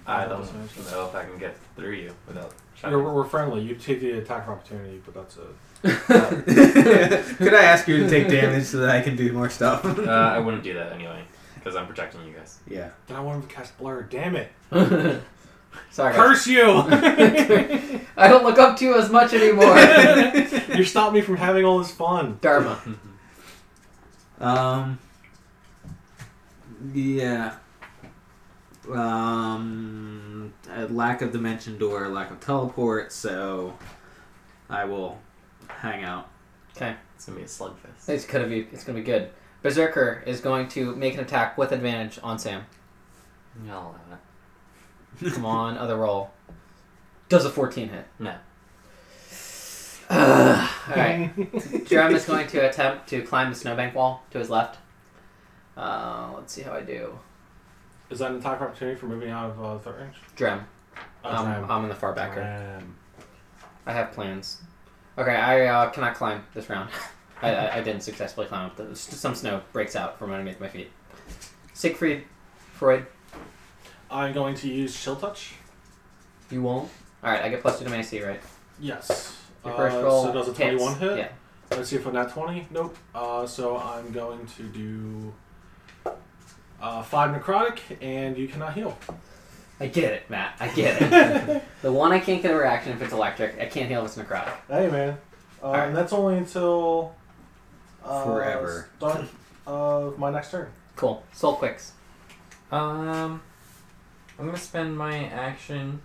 Speaker 3: I
Speaker 5: Oh,
Speaker 3: don't
Speaker 5: that's nice.
Speaker 3: know if I can get through you without.
Speaker 5: you're, we're friendly. You take the attack of opportunity, but that's it.
Speaker 6: Uh, Could I ask you to take damage so that I can do more stuff?
Speaker 3: Uh, I wouldn't do that anyway, because I'm protecting you guys.
Speaker 6: yeah.
Speaker 5: Then I wanted to cast blur. Damn it!
Speaker 2: Sorry, guys.
Speaker 5: Curse you!
Speaker 2: I don't look up to you as much anymore.
Speaker 5: you stopped me from having all this fun.
Speaker 2: Dharma.
Speaker 6: Um. Yeah. Um. A lack of dimension door, lack of teleport, so I will hang out.
Speaker 3: It's gonna be a slugfest.
Speaker 2: It's gonna be. It's gonna be good. Berserker is going to make an attack with advantage on Sam.
Speaker 3: No, I'll allow it.
Speaker 2: Come on, other roll. Does a 14 hit?
Speaker 3: No.
Speaker 2: Ugh. all right. Jerem is going to attempt to climb the snowbank wall to his left. Uh, let's see how I do.
Speaker 5: Is that an attack of opportunity for moving out of uh, third range?
Speaker 2: Jerem, um, uh,
Speaker 5: Damn.
Speaker 2: I'm in the far backer.
Speaker 5: Damn.
Speaker 2: I have plans. Okay, I uh, cannot climb this round. I, I, I didn't successfully climb up. The, s- some snow breaks out from underneath my feet. Siegfried, Freud,
Speaker 5: I'm going to use chill touch.
Speaker 2: you won't. All right, I get plus two to my AC, right?
Speaker 5: Yes.
Speaker 2: Your first
Speaker 5: Uh,
Speaker 2: roll
Speaker 5: So does a
Speaker 2: hits.
Speaker 5: 21 hit?
Speaker 2: Yeah.
Speaker 5: Let's see if I'm at 20. Nope. Uh, so I'm going to do uh, 5 necrotic, and you cannot heal.
Speaker 2: I get it, Matt. I get it. the one I can't get a reaction if it's electric. I can't heal if it's necrotic.
Speaker 5: Hey, man. Um,
Speaker 2: Alright.
Speaker 5: That's only until. Uh,
Speaker 6: Forever.
Speaker 5: Start of my next turn.
Speaker 2: Cool. Soul quicks.
Speaker 3: Um, I'm gonna spend my action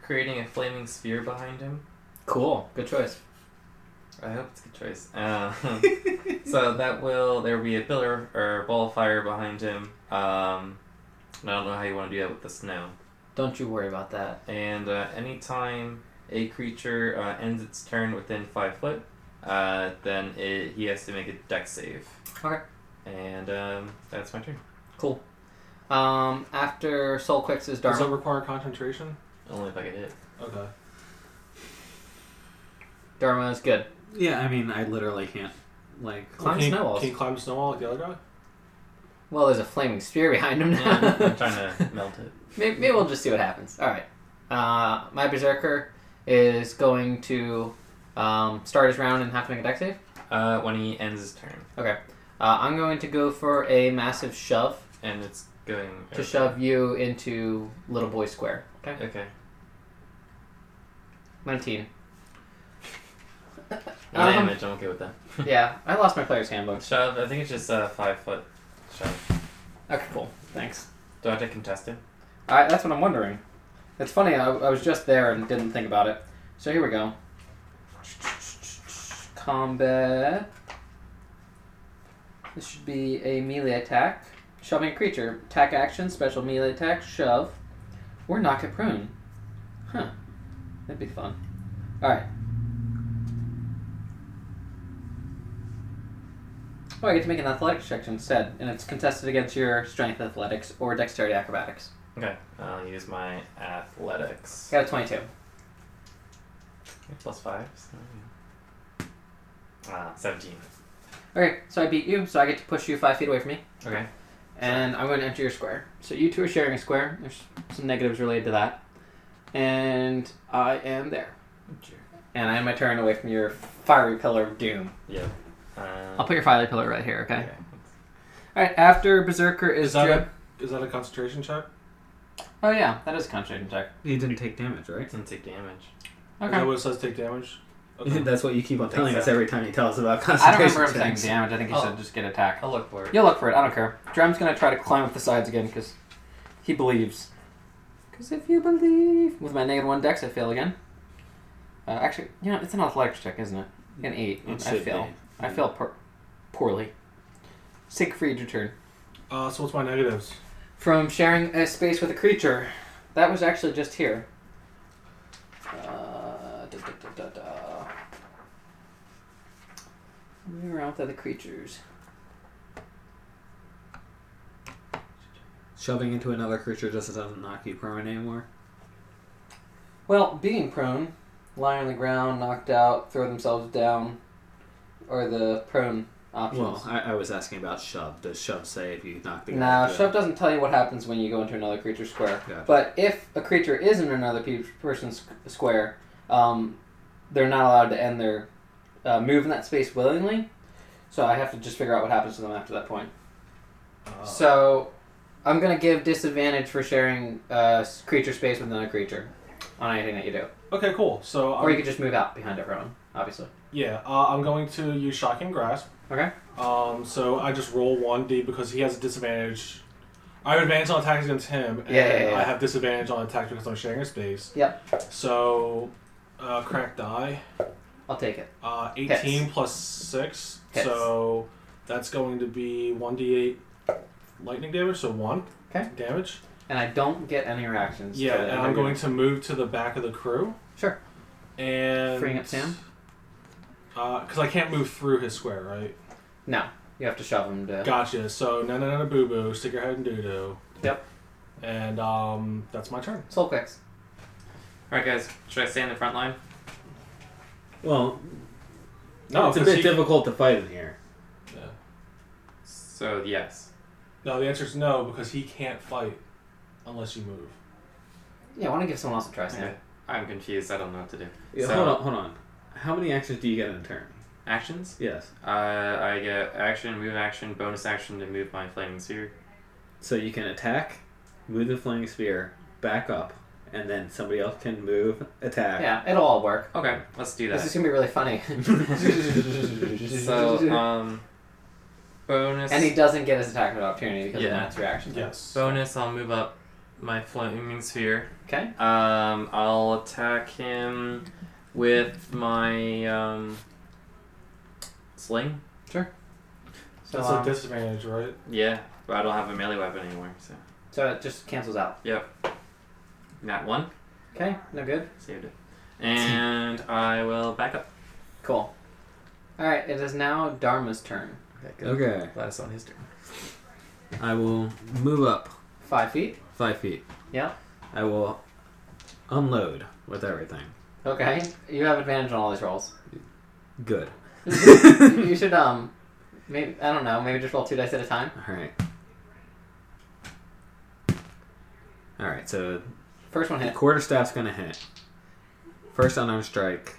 Speaker 3: creating a flaming sphere behind him.
Speaker 2: Cool. Good choice.
Speaker 3: I hope it's a good choice. Uh, so that will there will be a pillar or ball of fire behind him. Um, and I don't know how you want to do that with the snow.
Speaker 2: Don't you worry about that.
Speaker 3: And uh, anytime a creature uh, ends its turn within five foot, uh, then it, he has to make a deck save.
Speaker 2: Okay.
Speaker 3: And um, that's my turn.
Speaker 2: Cool. Um, after soul quicks is
Speaker 5: Does
Speaker 2: Dharma.
Speaker 5: that require concentration?
Speaker 3: Only if I get hit.
Speaker 5: Okay.
Speaker 2: Dharma is good.
Speaker 6: Yeah, I mean, I literally can't. Like,
Speaker 2: Climb
Speaker 5: can, you,
Speaker 2: snow walls.
Speaker 5: can you climb the snow wall like the other guy?
Speaker 2: Well, there's a flaming spear behind him now.
Speaker 3: Yeah, I'm trying to melt it.
Speaker 2: Maybe, maybe we'll just see what happens. All right. Uh, my berserker is going to um, start his round and have to make a deck save.
Speaker 3: Uh, when he ends his turn,
Speaker 2: Uh, I'm going to go for a massive shove
Speaker 3: and it's going
Speaker 2: to shove you into little boy square. Okay.
Speaker 3: Okay.
Speaker 2: 19.
Speaker 3: No
Speaker 2: Um,
Speaker 3: damage. I'm okay with that.
Speaker 2: yeah, I lost my player's handbook.
Speaker 3: Shove. I think it's just uh, five foot. Shove.
Speaker 2: Okay, cool. Thanks.
Speaker 3: Do I have to contest him?
Speaker 2: All right, that's what I'm wondering. It's funny. I, I was just there and didn't think about it. So here we go. Combat. This should be a melee attack. Shoving a creature. Attack action. Special melee attack. Shove. Or knock it prone. Huh. That'd be fun. All right. Oh, I get to make an athletics check instead, and it's contested against your strength athletics or dexterity acrobatics.
Speaker 3: Okay. I'll use my athletics.
Speaker 2: Got a 22.
Speaker 3: Okay, Plus five. So, yeah. uh, 17.
Speaker 2: Okay, so I beat you, so I get to push you five feet away from me,
Speaker 3: Okay.
Speaker 2: and I'm going to enter your square. So you two are sharing a square. There's some negatives related to that, and I am there, and I am my turn away from your fiery pillar of doom.
Speaker 3: Yep. Uh,
Speaker 2: I'll put your fiery pillar right here, okay?
Speaker 3: okay.
Speaker 2: All right. After Berserker is,
Speaker 5: Is that
Speaker 2: Jim-
Speaker 5: a, is that a concentration check?
Speaker 2: oh yeah, that is a concentration check.
Speaker 6: he didn't take damage, right?
Speaker 3: Doesn't take damage.
Speaker 5: Is
Speaker 2: Okay.
Speaker 5: that what it says take damage? Okay.
Speaker 6: That's what you keep on telling us
Speaker 3: so.
Speaker 6: every time you tell us about
Speaker 2: I don't
Speaker 6: concentration
Speaker 2: remember him saying
Speaker 6: checks.
Speaker 2: damage. I think he
Speaker 3: Oh.
Speaker 2: said just get attacked.
Speaker 3: I'll look for it.
Speaker 2: You'll look for it. I don't care. Drem's gonna try to climb up the sides again because he believes. Because if you believe, with my negative one dex, I fail again. Uh, actually, you know, it's an athletics check, isn't it? An eight.
Speaker 6: It
Speaker 2: I
Speaker 6: should
Speaker 2: fail.
Speaker 6: be.
Speaker 2: I fail per- poorly. Siegfried, your turn.
Speaker 5: Uh, so what's my negatives?
Speaker 2: from sharing a space with a creature. That was actually just here. Uh, da, da, da, da, da. Move around with other creatures.
Speaker 6: Shoving into another creature just doesn't knock you prone anymore.
Speaker 2: Well, being prone, lying on the ground, knocked out, throw themselves down, are the prone options.
Speaker 6: Well, I, I was asking about shove. Does shove say if you knock the guy?
Speaker 2: Now,
Speaker 6: down?
Speaker 2: shove doesn't tell you what happens when you go into another creature's square.
Speaker 6: Gotcha.
Speaker 2: But if a creature is in another pe- person's square, um, they're not allowed to end their uh, move in that space willingly. So I have to just figure out what happens to them after that point.
Speaker 5: Uh,
Speaker 6: Oh.
Speaker 2: So I'm gonna give disadvantage for sharing uh, s- creature space with another creature on anything that you do,
Speaker 5: Okay, cool. So
Speaker 6: Um,
Speaker 2: or you
Speaker 5: I'm,
Speaker 2: could just move out behind everyone, obviously.
Speaker 5: yeah, uh, I'm going to use shocking grasp.
Speaker 2: Okay.
Speaker 5: Um, so I just roll one d because he has a disadvantage. I have advantage on attacks against him, and
Speaker 2: Yeah, yeah, yeah.
Speaker 5: I have disadvantage on attacks because I'm sharing a space.
Speaker 2: Yep.
Speaker 5: So, uh, crack die.
Speaker 2: I'll take it.
Speaker 5: Uh, 18
Speaker 2: Hits.
Speaker 5: plus 6.
Speaker 2: Hits.
Speaker 5: So that's going to be 1d8 lightning damage, so 1
Speaker 2: Okay.
Speaker 5: damage.
Speaker 2: And I don't get any reactions.
Speaker 5: Yeah,
Speaker 2: to
Speaker 5: and I'm going to move to the back of the crew.
Speaker 2: Sure.
Speaker 5: And.
Speaker 2: Freeing up Sam?
Speaker 5: Because I can't move through his square, right?
Speaker 2: No, you have to shove him to.
Speaker 5: Gotcha. So, no, no, no, boo boo, stick your head in doo doo.
Speaker 2: Yep.
Speaker 5: And um, that's my turn.
Speaker 2: Soul quicks.
Speaker 3: Alright, guys, should I stay in the front line?
Speaker 6: Well,
Speaker 5: No,
Speaker 6: it's a
Speaker 5: 'cause
Speaker 6: bit
Speaker 5: he-
Speaker 6: difficult to fight in here.
Speaker 5: Yeah.
Speaker 3: So, yes.
Speaker 5: No, the answer is no, because he can't fight unless you move.
Speaker 2: Yeah, I want to give someone else a try, Sam.
Speaker 3: Okay. I'm confused. I don't know what to do.
Speaker 6: Yeah,
Speaker 3: So-
Speaker 6: hold on, hold on. How many actions do you get in a turn?
Speaker 3: Actions?
Speaker 6: Yes.
Speaker 3: Uh, I get action, move action, bonus action to move my flaming sphere.
Speaker 6: So you can attack, move the flaming spear back up, and then somebody else can move, attack.
Speaker 2: Yeah, it'll all work.
Speaker 3: Okay, let's do that.
Speaker 2: This is gonna be really funny.
Speaker 3: so, um, bonus.
Speaker 2: and he doesn't get his attack of opportunity because
Speaker 3: Yeah.
Speaker 2: of Matt's reaction.
Speaker 5: Yes.
Speaker 3: bonus, I'll move up my flaming sphere.
Speaker 2: Okay.
Speaker 3: Um, I'll attack him with my um, sling.
Speaker 2: So,
Speaker 5: That's
Speaker 2: um,
Speaker 5: a disadvantage, right?
Speaker 3: Yeah, but I don't have a melee weapon anymore, so
Speaker 2: so it just cancels out.
Speaker 3: not one
Speaker 2: Okay, no good.
Speaker 3: saved it. And I will back up.
Speaker 2: Cool. All right, it is now Dharma's turn.
Speaker 6: Okay.
Speaker 3: Last on his turn.
Speaker 6: I will move up
Speaker 2: Five feet.
Speaker 6: five feet.
Speaker 2: Yeah.
Speaker 6: I will unload with everything.
Speaker 2: Okay, you have advantage on all these rolls.
Speaker 6: Good.
Speaker 2: you should um, maybe I don't know, maybe just roll two dice at a time.
Speaker 6: All right. All right. So
Speaker 2: First one
Speaker 6: the
Speaker 2: hit.
Speaker 6: quarterstaff's gonna hit. First unarmed strike.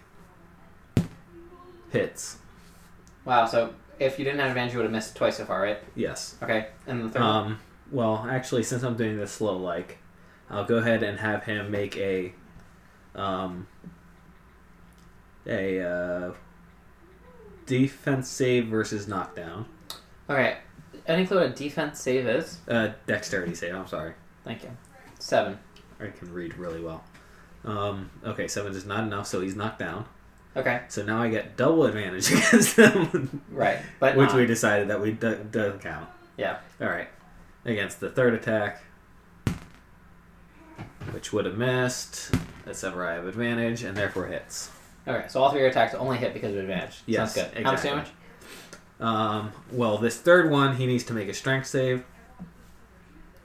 Speaker 6: Hits.
Speaker 2: Wow. So if you didn't have advantage, you would have missed twice so far, right?
Speaker 6: Yes.
Speaker 2: Okay, and the third. one.
Speaker 6: Um. Well, actually, since I'm doing this slow, like, I'll go ahead and have him make a, um, a uh, defense save versus knockdown.
Speaker 2: Okay, any clue what a defense save is?
Speaker 6: Uh, dexterity save. I'm sorry.
Speaker 2: Thank you. Seven.
Speaker 6: I can read really well. Um, okay, seven is not enough, so he's knocked down.
Speaker 2: Okay,
Speaker 6: So now I get double advantage against them,
Speaker 2: right, but
Speaker 6: which
Speaker 2: not.
Speaker 6: we decided that we do- doesn't count.
Speaker 2: Yeah.
Speaker 6: All right. Against the third attack, which would have missed. That's ever I have advantage, and therefore hits.
Speaker 2: Okay, so all three of your attacks only hit because of advantage.
Speaker 6: Yes,
Speaker 2: Sounds good. How much
Speaker 6: exactly.
Speaker 2: damage?
Speaker 6: Um, well, this third one, he needs to make a strength save.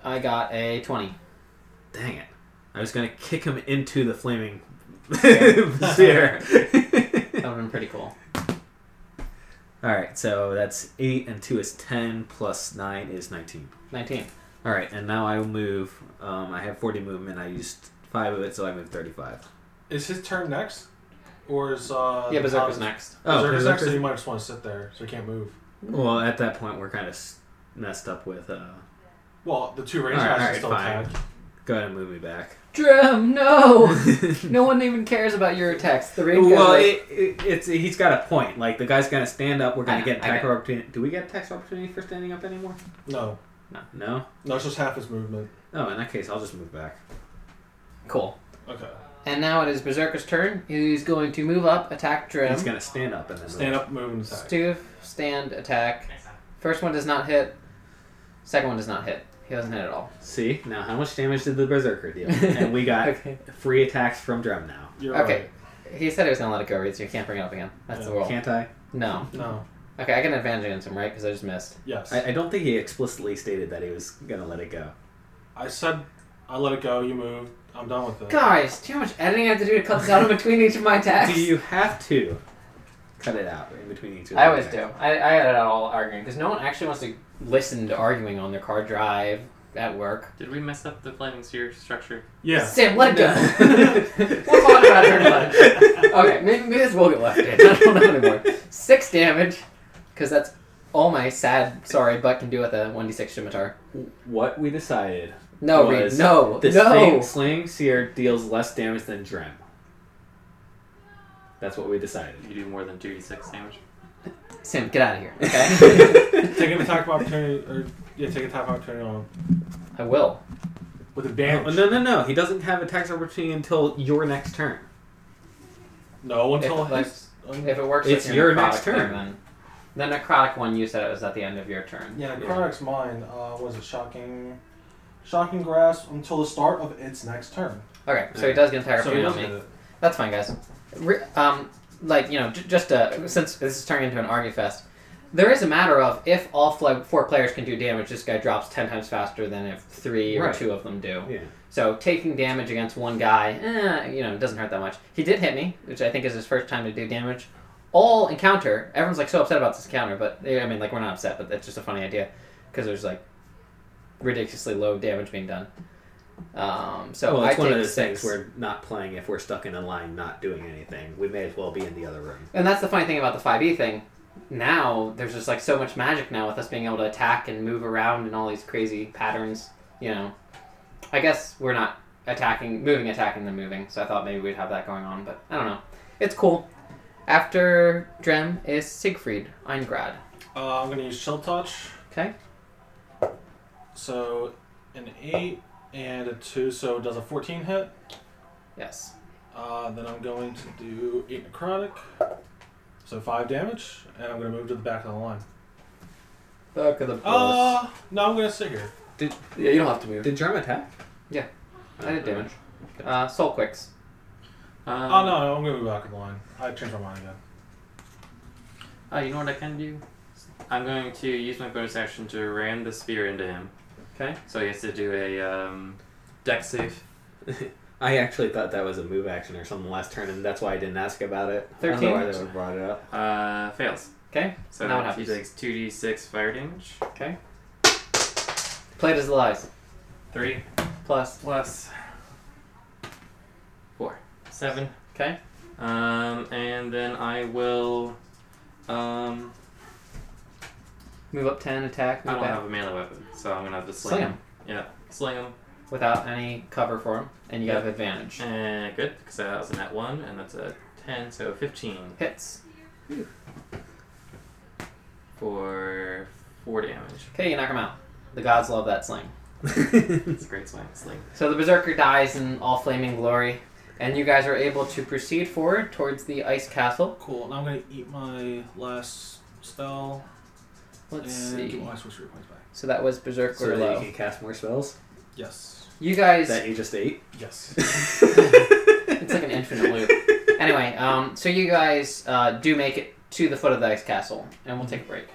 Speaker 2: I got a 20.
Speaker 6: Dang it! I was gonna kick him into the flaming sphere.
Speaker 2: That would have been pretty cool.
Speaker 6: All right, so that's eight and two is ten plus nine is nineteen.
Speaker 2: 19.
Speaker 6: All right, and now I will move. Um, I have forty movement. I used five of it, so I moved thirty-five.
Speaker 5: Is his turn next? Or is uh
Speaker 2: yeah, Berserker's
Speaker 5: Tom-
Speaker 2: next.
Speaker 6: Oh,
Speaker 5: Berserker's next, so
Speaker 6: Berserker's-
Speaker 5: you might just want to sit there so he can't move.
Speaker 6: well, at that point we're kind of messed up with. Uh,
Speaker 5: Well, the two range guys
Speaker 6: Alright,
Speaker 5: can
Speaker 6: alright,
Speaker 5: still
Speaker 6: fine.
Speaker 5: attack.
Speaker 6: go ahead and move me back.
Speaker 2: Drum, no! no one even cares about your attacks. The raid
Speaker 6: well,
Speaker 2: goes
Speaker 6: it, it, it's he's got a point. Like the guy's gonna stand up. We're
Speaker 2: I
Speaker 6: gonna
Speaker 2: know,
Speaker 6: get
Speaker 2: I
Speaker 6: tax
Speaker 2: know.
Speaker 6: opportunity. Do we get tax opportunity for standing up anymore?
Speaker 5: No.
Speaker 6: No.
Speaker 5: No, it's just half his movement.
Speaker 6: Oh, in that case, I'll just move back.
Speaker 2: Cool.
Speaker 5: Okay.
Speaker 2: And now it is Berserker's turn. He's going to move up, attack Drim.
Speaker 6: He's gonna stand up and then
Speaker 5: Stand up, move, and attack.
Speaker 2: Stuve, stand, attack. First one does not hit. Second one does not hit. He doesn't hit at all.
Speaker 6: See now, how much damage did the berserker deal? And we got
Speaker 2: okay.
Speaker 6: free attacks from Drem now.
Speaker 4: You're
Speaker 2: Okay. He said he was gonna let it go, Reed, so you can't bring it up again. That's the rule.
Speaker 6: Can't I?
Speaker 2: No.
Speaker 5: No.
Speaker 2: Okay, I get an advantage against him, right? Because I just missed.
Speaker 5: Yes. I,
Speaker 6: I? I don't think he explicitly stated that he was gonna let it go.
Speaker 5: said I let it go. You moved. I'm done with it.
Speaker 2: Guys, do you know how much editing I have to do to cut this out in between each of my attacks?
Speaker 6: Do you have to cut it out in between each? of
Speaker 2: I
Speaker 6: the
Speaker 2: always do.
Speaker 6: attacks?
Speaker 2: I, I edit out all arguing because no one actually wants to listen to arguing on their car drive at work.
Speaker 3: Did we mess up the flaming sphere structure?
Speaker 5: Yeah.
Speaker 2: Sam, let it go.
Speaker 6: Yeah.
Speaker 2: we'll talk about it in a minute. Okay, maybe, maybe this will get left in. I don't know anymore. Six damage, because that's all my sad, sorry butt can do with a 1d6 scimitar.
Speaker 6: What we decided.
Speaker 2: No, Reed,
Speaker 6: Was
Speaker 2: no,
Speaker 6: The
Speaker 2: no.
Speaker 6: sling, sling seer deals less damage than Drem. That's what we decided.
Speaker 3: You do more than 2d6 damage.
Speaker 2: Sam, get out of here. Okay,
Speaker 5: Take an attack of opportunity, or yeah, take an attack of opportunity on him
Speaker 2: I will.
Speaker 5: with
Speaker 6: No,
Speaker 5: advantage.
Speaker 6: no, no, no. He doesn't have attacks opportunity until your next turn.
Speaker 5: No, until
Speaker 2: If-
Speaker 5: his.
Speaker 2: If it works,
Speaker 6: It's
Speaker 2: with
Speaker 6: your
Speaker 2: necrotic
Speaker 6: next turn.
Speaker 2: Thing, then the necrotic one you said it was at the end of your turn.
Speaker 5: Yeah, Necrotic's mine uh, was a shocking, shocking grasp until the start of its next turn.
Speaker 2: Okay, so he does get entire
Speaker 5: So he
Speaker 2: point on
Speaker 5: does
Speaker 2: me.
Speaker 5: get it.
Speaker 2: That's fine, guys. Re- um, like you know, j- just uh, since this is turning into an argue fest, there is a matter of if all fl- four players can do damage, this guy drops ten times faster than if three or
Speaker 6: Right.
Speaker 2: two of them do.
Speaker 6: Yeah.
Speaker 2: So taking damage against one guy, eh, you know, doesn't hurt that much. He did hit me, which I think is his first time to do damage. All encounter, everyone's like so upset about this encounter, but eh, I mean, like we're not upset, but that's just a funny idea because there's like ridiculously low damage being done. Um, so
Speaker 6: well, it's
Speaker 2: I
Speaker 6: one
Speaker 2: take
Speaker 6: of those
Speaker 2: six.
Speaker 6: things we're not playing if we're stuck in a line not doing anything. We may as well be in the other room.
Speaker 2: And that's the funny thing about the 5e thing. Now, there's just like so much magic now with us being able to attack and move around and all these crazy patterns, you know. I guess we're not attacking, moving, attacking, then moving, so I thought maybe we'd have that going on, but I don't know. It's cool. After Drem is Siegfried Eingrad.
Speaker 5: Uh, I'm gonna use Chill Touch.
Speaker 2: Okay?
Speaker 5: So an eight and a two, so it does a 14 hit.
Speaker 2: Yes.
Speaker 5: Uh, then I'm going to do eight necrotic, so five damage, and I'm gonna move to the back of the line.
Speaker 2: Look at the
Speaker 5: Uh,
Speaker 3: Ah!
Speaker 5: no, I'm gonna sit here.
Speaker 2: yeah, you don't have to move.
Speaker 6: Did Drum attack?
Speaker 2: Yeah. I did damage. Uh, soul quicks.
Speaker 3: Um,
Speaker 5: oh no, I'm gonna move back of the line. I changed my mind again.
Speaker 3: Oh, you know what I can do? I'm going to use my bonus action to ram the spear into him.
Speaker 2: Okay.
Speaker 3: So he has to do a um, deck save.
Speaker 6: I actually thought that was a move action or something last turn, and that's why I didn't ask about it. I don't
Speaker 2: 13.
Speaker 6: know why they would've brought it up.
Speaker 3: Uh, fails.
Speaker 2: Okay?
Speaker 3: So
Speaker 2: Now what
Speaker 3: he takes 2d6 fire damage.
Speaker 2: Okay. Plate is the lies.
Speaker 3: 3
Speaker 2: Plus.
Speaker 3: plus 4. 7.
Speaker 2: Okay?
Speaker 3: Um, and then I will. Um,
Speaker 2: Move up 10, attack,
Speaker 3: I
Speaker 2: move
Speaker 3: don't
Speaker 2: back.
Speaker 3: have a melee weapon, so I'm gonna have to sling,
Speaker 2: Sling
Speaker 3: him. Yeah, sling him.
Speaker 2: without any cover for him, and you got advantage.
Speaker 3: And Eh, good, because that was a net 1, and that's a 10, so 15
Speaker 2: Hits.
Speaker 3: for 4 damage.
Speaker 2: Okay, you knock him out. The gods love that sling.
Speaker 3: It's a great swing, sling.
Speaker 2: So the berserker dies in all flaming glory, and you guys are able to proceed forward towards the ice castle.
Speaker 5: Cool. Now I'm gonna eat my last spell
Speaker 2: Let's
Speaker 5: and
Speaker 2: see.
Speaker 5: do I switch three points back?
Speaker 2: So that was berserker
Speaker 6: So that you
Speaker 2: low.
Speaker 6: can cast more spells
Speaker 5: Yes.
Speaker 2: You guys,
Speaker 6: that you just ate.
Speaker 5: Yes.
Speaker 2: it's like an infinite loop. Anyway, um, so you guys uh, do make it to the foot of the ice castle, and we'll take a break.